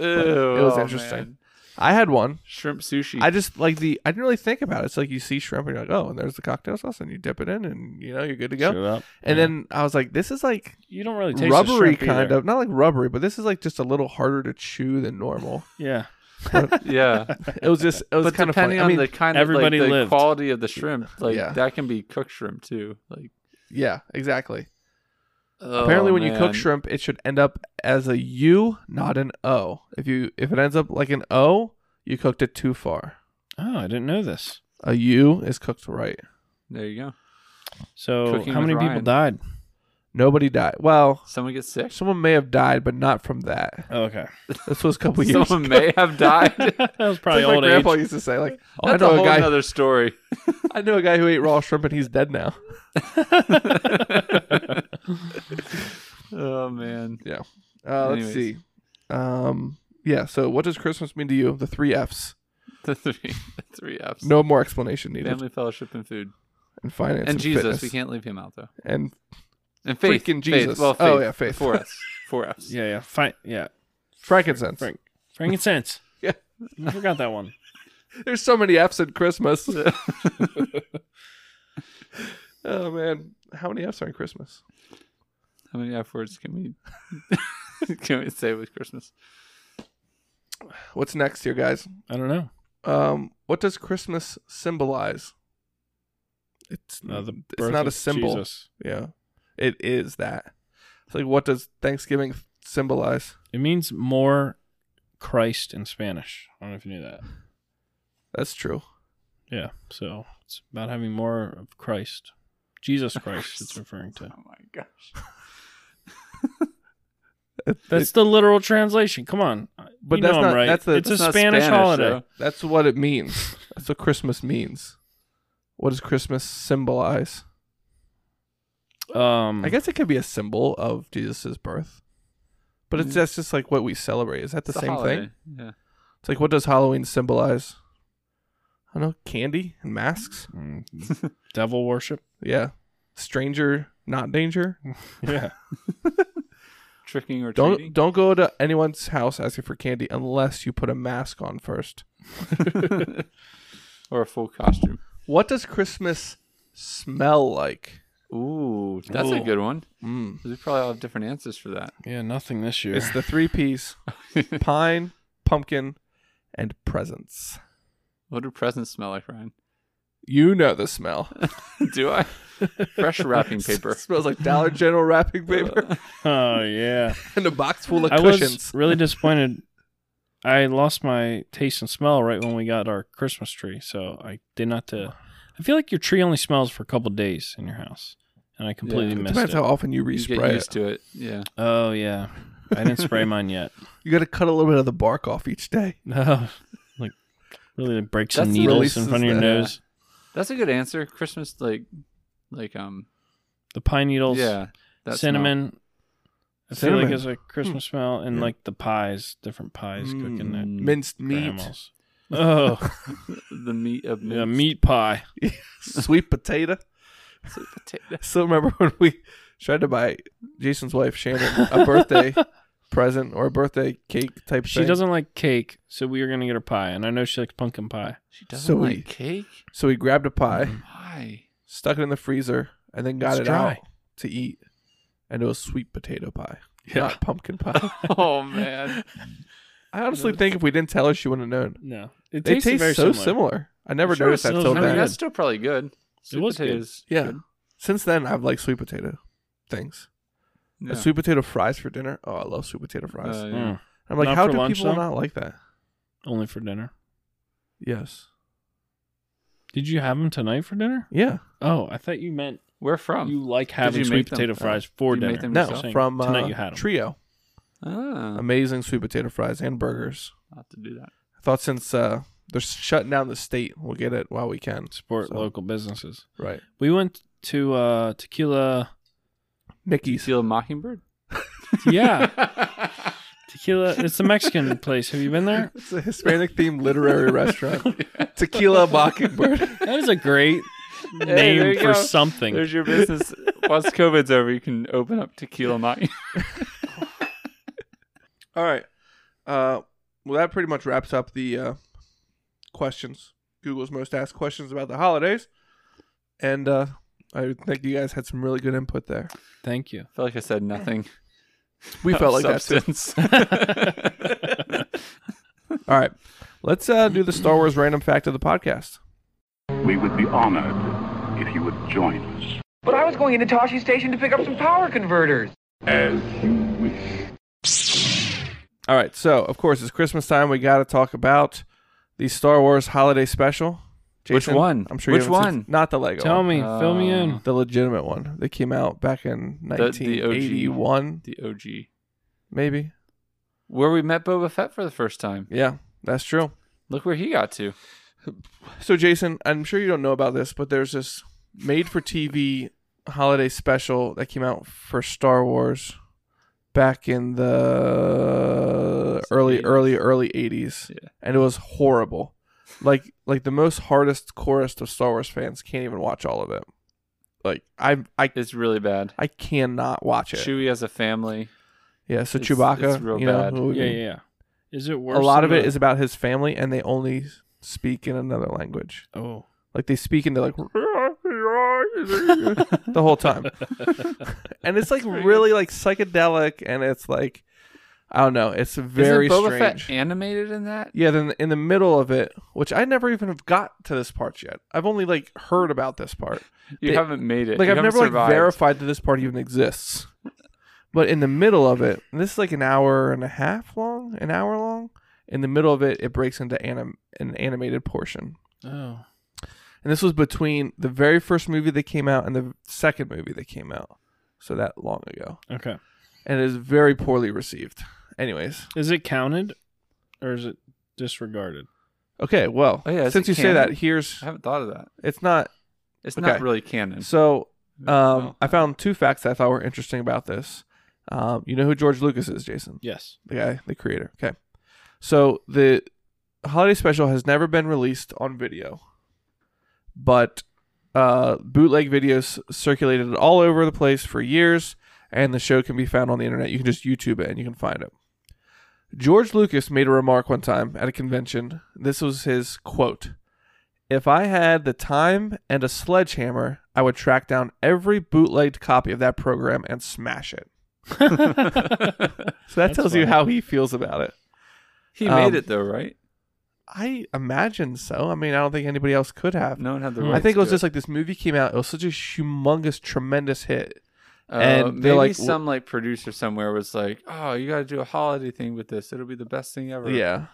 it was
oh,
interesting.
man.
I had one.
Shrimp sushi.
I just like the. I didn't really think about it. It's like you see shrimp and you're like, oh, and there's the cocktail sauce, and you dip it in, and you know you're good to go.
Shut up.
And
Yeah.
then I was like, this is like
you don't really taste
rubbery,
the shrimp
kind
either.
of not like rubbery, but this is like just a little harder to chew than
<laughs>
normal.
Yeah,
<laughs> yeah,
<laughs> It was just it was
but
kind of funny.
depending
I
on
mean,
the kind of like,
everybody
the
lived.
quality of the shrimp, like
Yeah.
that can be cooked shrimp too. Like
yeah, exactly. Apparently,
oh,
when you cook
man.
shrimp, it should end up as a U, not an O. If you if it ends up like an O, you cooked it too far.
Oh, I didn't know this.
A U is cooked right.
there you go.
So,
Cooking
how
with
many people
Ryan.
<laughs> died?
Nobody died. Well,
Someone gets
<laughs>
sick.
someone may have died, but not from that.
Oh, okay,
This was a
<laughs>
couple years.
Someone may have
<laughs>
<laughs> died.
that was
That's
probably
what
old
my
age.
grandpa used to say, like, "Oh, I
That's a
know a
whole
guy.
other story.
<laughs>
<laughs>
I know a guy who ate raw shrimp and he's dead now.
oh man.
Uh, let's
Oh, Anyways.
see. Uh, Um, Yeah. So, what does Christmas mean to you? The three F's.
<laughs> The three, the three F's.
No more explanation needed.
Family, fellowship, and food.
And finance.
and Jesus.
fitness.
We can't leave him out though.
And
And faith.
Freaking
faith.
Jesus.
Well, faith.
Oh, yeah, faith. <laughs>
Four F's. Four F's.
Yeah, yeah. Fine. Yeah.
frankincense.
Frank. Frankincense.
<laughs> Yeah.
I forgot that one.
There's so many F's in
<laughs>
Christmas. <laughs> oh man, how many F's are in Christmas?
How many F words can we <laughs> can we say with Christmas?
What's next here, guys?
I don't know.
Um, what does Christmas symbolize? It's
Uh, the
it's
birth
not a
of
symbol.
Jesus.
Yeah, it is that. It's like what does Thanksgiving symbolize?
It means more Christ in Spanish. I don't know if you knew that.
That's true.
Yeah. So it's about having more of Christ. Jesus Christ,
<laughs>
it's referring to.
Oh my gosh.
That's the literal translation. Come on.
But
You
that's
know I'm
not-
right.
that's the-
it's
That's
a
not
Spanish, holiday.
though.
That's what it means. That's what Christmas means. What does Christmas symbolize?
Um,
I guess it could be a symbol of Jesus' birth. But it's that's just like what we celebrate. Is that the
Mm. It's a
same
holiday.
thing?
Yeah.
It's like what does Halloween symbolize? I don't know, candy and masks?
mm, devil worship.
Yeah. Stranger, not danger.
Mm,
Yeah.
Tricking or
Don't
treating.
don't go to anyone's house asking for candy unless you put a mask on first.
or a full costume.
What does Christmas smell like?
Ooh, that's a
Ooh.
good one.
Mm.
We probably all have different answers for that.
Yeah, nothing this year.
It's the three <laughs> piece pine, pumpkin, and presents.
What do presents smell like, Ryan? <laughs>
You know the <laughs> smell.
Do I? Fresh wrapping paper.
It
<laughs>
smells like <laughs> Dollar General wrapping <laughs> paper.
oh, yeah.
and a box full of
I
cushions. <laughs>
was really disappointed. I lost my taste and smell right when we got our Christmas tree, so I did not. To, I feel like your tree only smells for a couple days in your house, and I completely
Yeah.
missed it.
Depends how often you
You
respray
get used
it.
to it. Yeah.
oh yeah, I didn't spray mine yet.
You got to cut a little bit of the bark off each day.
No, <laughs> like really break some
That's the
needles in
releases
front of your
that-
nose.
That's a good answer. Christmas, like, like um,
The pine needles,
yeah, that smell.
cinnamon. I feel
Cinnamon.
like it's like Christmas smell, and
Yeah.
like the pies, different pies cooking at
Mm,
Minced meat,
grandma's. <laughs> Oh,
the meat of
yeah,
mince.
meat pie.
sweet potato.
Sweet potato.
I still remember <laughs> when we tried to buy Jason's wife Shannon a
<laughs>
birthday present or a birthday cake type
She
thing.
doesn't like cake, so we are gonna get her pie, and I know she likes pumpkin pie.
She doesn't
So
like
we-
cake. Oh
So we grabbed a
Mm-hmm.
pie,
Why?
stuck it in the freezer, and then got
It's
it
dry.
out to eat. And it was sweet potato pie,
Yeah.
not pumpkin
<laughs>
pie.
Oh man.
I honestly think if we didn't tell her, she wouldn't have known.
No, it
They
tastes
taste
very
so
similar.
similar. I never
sure it
noticed that
smells
till
I
very
mean,
then.
that's still probably good. Sweet
was good.
potatoes.
Yeah.
good.
Since then, I've liked sweet potato things.
Yeah.
Uh, Sweet potato fries for dinner. Oh, I love sweet potato fries.
Uh, yeah.
Mm.
I'm like,
not
how
for
do
lunch,
people
though?
not like that?
Only for dinner.
Yes.
Did you have them tonight for dinner?
Yeah.
Oh, I thought you meant
Where from?
you like having
you
sweet
make them?
potato
Oh.
fries for
Did you
dinner.
make them
No,
yourself?
Saying
from uh,
tonight you had 'em. Uh.
Trio.
Ah,
Amazing sweet potato fries and burgers.
I'll have to do that.
I thought since uh, they're shutting down the state, we'll get it while we can.
Support
So,
local businesses.
Right.
We went to uh, Tequila.
Do you
Nikki's.
feel a mockingbird?
Yeah, Tequila. It's the Mexican place. Have you been there?
It's a Hispanic themed <laughs> literary restaurant. Tequila Mockingbird.
That is a great
there
name
you
for
go.
something.
There's
<laughs>
your business. Once COVID's over, you can open up tequila <laughs> mocking.
<laughs> All right. Uh, well, that pretty much wraps up the uh, questions. Google's most asked questions about the holidays. And uh, I think you guys had some really good input there.
Thank you.
I feel like I said nothing. <laughs>
We felt like that too.
substance.
<laughs> All right. Let's uh, do the Star Wars random fact of the podcast.
We would be honored if you would join us
But I was going into Toshi Station to pick up some power converters.
as you wish.
All right. So, of course, it's Christmas time. We got to talk about the Star Wars holiday special.
Which one?
I'm sure
Which
you haven't
one?
Seen, not the Lego.
Tell
one.
me, fill me in.
Uh,
The legitimate one. They came out back in
The- the OG.
1981,
the OG.
maybe.
Where we met Boba Fett for the first time.
Yeah, that's true.
Look where he got to.
So, Jason, I'm sure you don't know about this, but there's this made for TV holiday special that came out for Star Wars back in the early,
80s.
early, early '80s,
Yeah.
and it was horrible. Like, like the most hardest chorus of Star Wars fans can't even watch all of it. Like, I, I,
It's really bad.
I cannot watch it.
Chewie as a family.
Yeah, so
It's-
Chewbacca,
it's real
you know,
bad.
who we
Yeah,
can-
yeah, yeah. Is it worse?
a lot
than
of it
the-
is about his family, and they only speak in another language.
Oh,
Like they speak into
<laughs>
like the whole time, and it's like really like psychedelic, and it's like I don't know, it's very
Isn't Boba
strange.
Fett animated in that?
yeah, then in the middle of it, which I never even have got to this part yet. I've only like heard about this part.
You
They-
haven't made it.
Like
You
I've
haven't
never like
survived.
verified that this part even exists. But in the middle of it, and this is like an hour and a half long, an hour long. In the middle of it, it breaks into anim- an animated portion.
oh,
And this was between the very first movie that came out and the second movie that came out. So that long ago.
okay.
And it is very poorly received. Anyways.
Is it counted, or is it disregarded?
Okay, well,
Oh, yeah, is
since
it
you say that,
canon?
here's
I haven't thought of that.
it's not
It's
Okay.
not
<laughs>
really canon. <laughs>
so um
Well,
I found two facts that I thought were interesting about this. Um, you know who George Lucas is, Jason?
Yes.
The guy, the creator. Okay. So the holiday special has never been released on video. But uh, bootleg videos circulated all over the place for years, and the show can be found on the internet. You can just YouTube it and you can find it. George Lucas made a remark one time at a convention. This was his quote If I had the time and a sledgehammer, I would track down every bootlegged copy of that program and smash it. So that
That's
tells you
funny.
how he feels about it.
he
um,
made it though, right?
I imagine so. I mean, I don't think anybody else could have.
No one had the.
Hmm.
Rights
I think it was
to
just like this movie came out. It was such a humongous, tremendous hit.
Uh,
and they're
maybe
like,
some like producer somewhere was like, "Oh, you got to do a holiday thing with this. It'll be the best thing ever."
Yeah,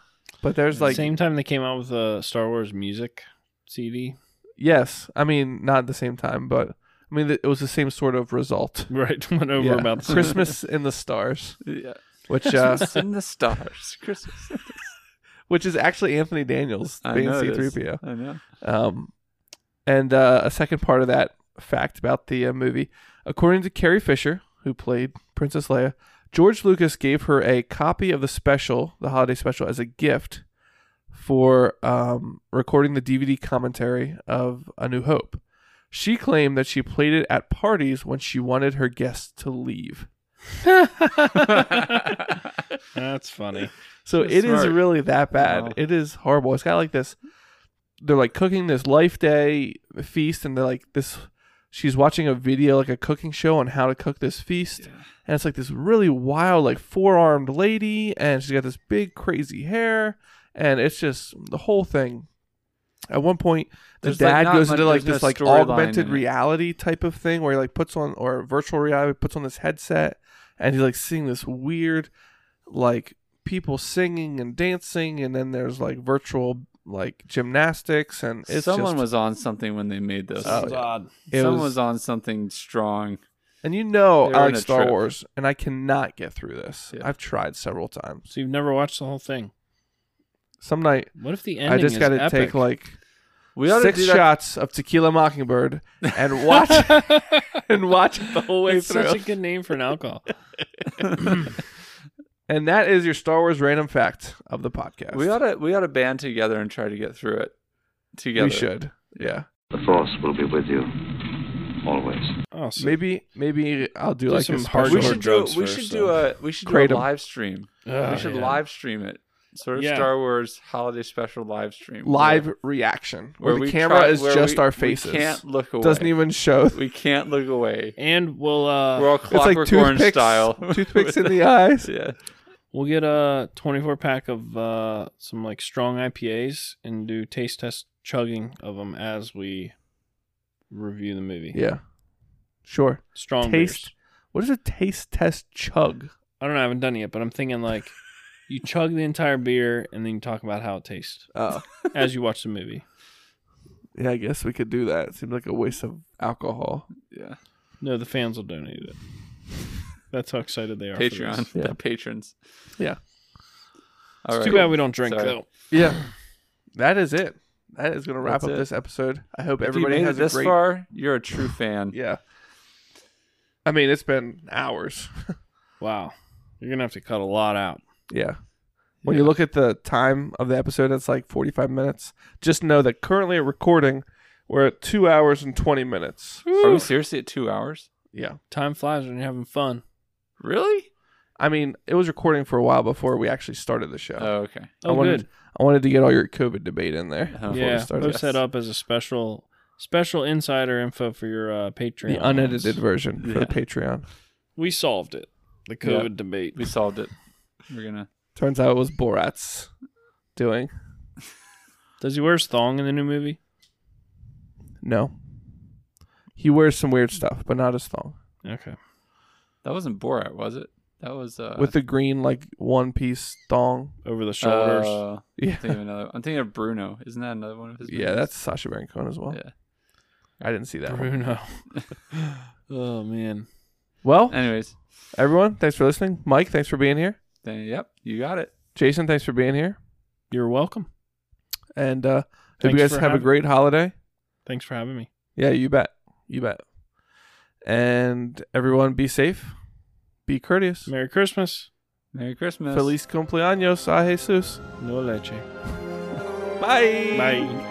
but there's like
Same time they came out with the Star Wars music CD.
yes. I mean, not at the same time, but I mean, th- it was the same sort of result.
<laughs> Right, went over
Yeah.
about the
Christmas in the
<laughs>
stars,
yeah. <laughs>
which uh,
Christmas in the stars. <laughs> Christmas. in the-
which is actually Anthony Daniels
I
being
know
C
it
three
is.
PO.
I know.
Um, and uh, a second part of that fact about the uh, movie, according to Carrie Fisher, who played Princess Leia, George Lucas gave her a copy of the special, the holiday special, as a gift for um, recording the DVD commentary of A New Hope. She claimed that she played it at parties when she wanted her guests to leave.
That's funny.
So
That's
it is
smart.
really that bad.
Wow.
It is horrible. It's kind of like this. They're like cooking this life day feast, and they're like this. She's watching a video, like a cooking show on how to cook this feast, and it's like this really wild, like four armed lady, and she's got this big crazy hair, and it's just the whole thing. At one point, the
There's, like,
dad
not
goes
much-
into like
there's
this
no
like
storyline
augmented
in it.
reality type of thing where he like puts on or virtual reality puts on this headset, and he's like seeing this weird like people singing and dancing, and then there's like virtual like gymnastics, and it's
Someone
just,
was on something when they made this.
<laughs> Oh, yeah.
odd.
it
Someone was, on something strong.
and you know
They were
I
on
like
a
Star
trip.
Wars, and I cannot get through this.
Yeah.
I've tried several times.
So you've never watched the whole thing.
Some night
What if the ending?
I just
got
gotta
to
take
<laughs>
like
We ought
six
to do that-
shots of Tequila Mockingbird
<laughs>
and watch <laughs> and watch it the whole way
It's
through.
such a good name for an alcohol.
and that is your Star Wars random fact of the podcast.
We ought to. We ought to band together and try to get through it together.
We should. Yeah.
The Force will be with you. Always.
Oh, so,
Maybe maybe I'll do,
Do
like
some
a
hard-
special.
We
Or
should do.
drugs
We
first,
should do
though.
a. We should do a
Kratom.
live stream.
Oh,
we should
yeah.
live stream it. Sort of
Yeah.
Star Wars holiday special live stream.
live
where,
reaction where, the
we
camera
try-
is
where
just
we-
our faces.
We can't look away.
Doesn't even show.
We can't look away.
And we'll uh,
We're all
It's like
clockwork orange
toothpicks,
style.
<laughs> toothpicks in the eyes.
<laughs> yeah.
We'll get a 24 pack of uh, some like strong IPAs and do taste test chugging of them as we review the movie.
Yeah. Sure.
Strong
Taste.
taste.
What is a taste test chug?
I don't know. I haven't done it yet, but I'm thinking like you chug the entire beer and then you talk about how it tastes
Oh.
as you watch the movie.
Yeah, I guess we could do that. It seems like a waste of alcohol.
Yeah.
No, the fans will donate it. That's how excited they are. for this.
Patreon.
Yeah.
The patrons.
Yeah.
It's
All right.
too bad we don't drink
Sorry.
though.
Yeah. <clears throat> That is it. That is going to wrap
That's
up
it.
this episode. I hope
If you
everybody
made
has
it this
a <laughs> great
far, you're
<laughs>
a true fan.
Yeah. I mean, it's been hours. <laughs>
Wow. You're gonna have to cut a lot out.
Yeah. When you look at the time of the episode, it's like 45 minutes. Just know that currently at recording, we're at two hours and 20 minutes.
Are we seriously at two hours?
Yeah.
Time flies when you're having fun.
Really?
I mean, it was recording for a while before we actually started the show.
Oh, okay.
I
Oh,
wanted,
good. Uh,
I wanted to get all your COVID debate in there.
Uh-huh.
before we
yeah,
started.
post that up as a special, special insider info for your uh, Patreon.
The unedited version for the Patreon.
We solved it. The
Yeah.
COVID debate.
We solved it. We're gonna.
Turns out it was Borat's doing.
Does he wear his thong in the new movie?
No. He wears some weird stuff, but not his thong.
Okay.
That wasn't Borat, was it? That was uh,
With the green, like, one piece thong.
Over the shoulders.
uh,
<laughs> Yeah.
I'm thinking of another. I'm thinking of Bruno. Isn't that another one of his?
Yeah, that's Sasha Baron Cohen as well.
Yeah.
I didn't see that one.
<laughs> <laughs> Bruno. oh man.
Well,
Anyways,
everyone, thanks for listening. Mike, thanks for being here.
then yep, you got it.
Jason, thanks for being here.
You're welcome.
And uh, hope
Thanks
you guys
for
have a
having-
great holiday.
Thanks for having me.
Yeah, you bet. You bet. And everyone, be safe. Be courteous.
Merry Christmas.
Merry Christmas.
Feliz cumpleaños ah, a Jesus.
No leche.
Bye.
Bye.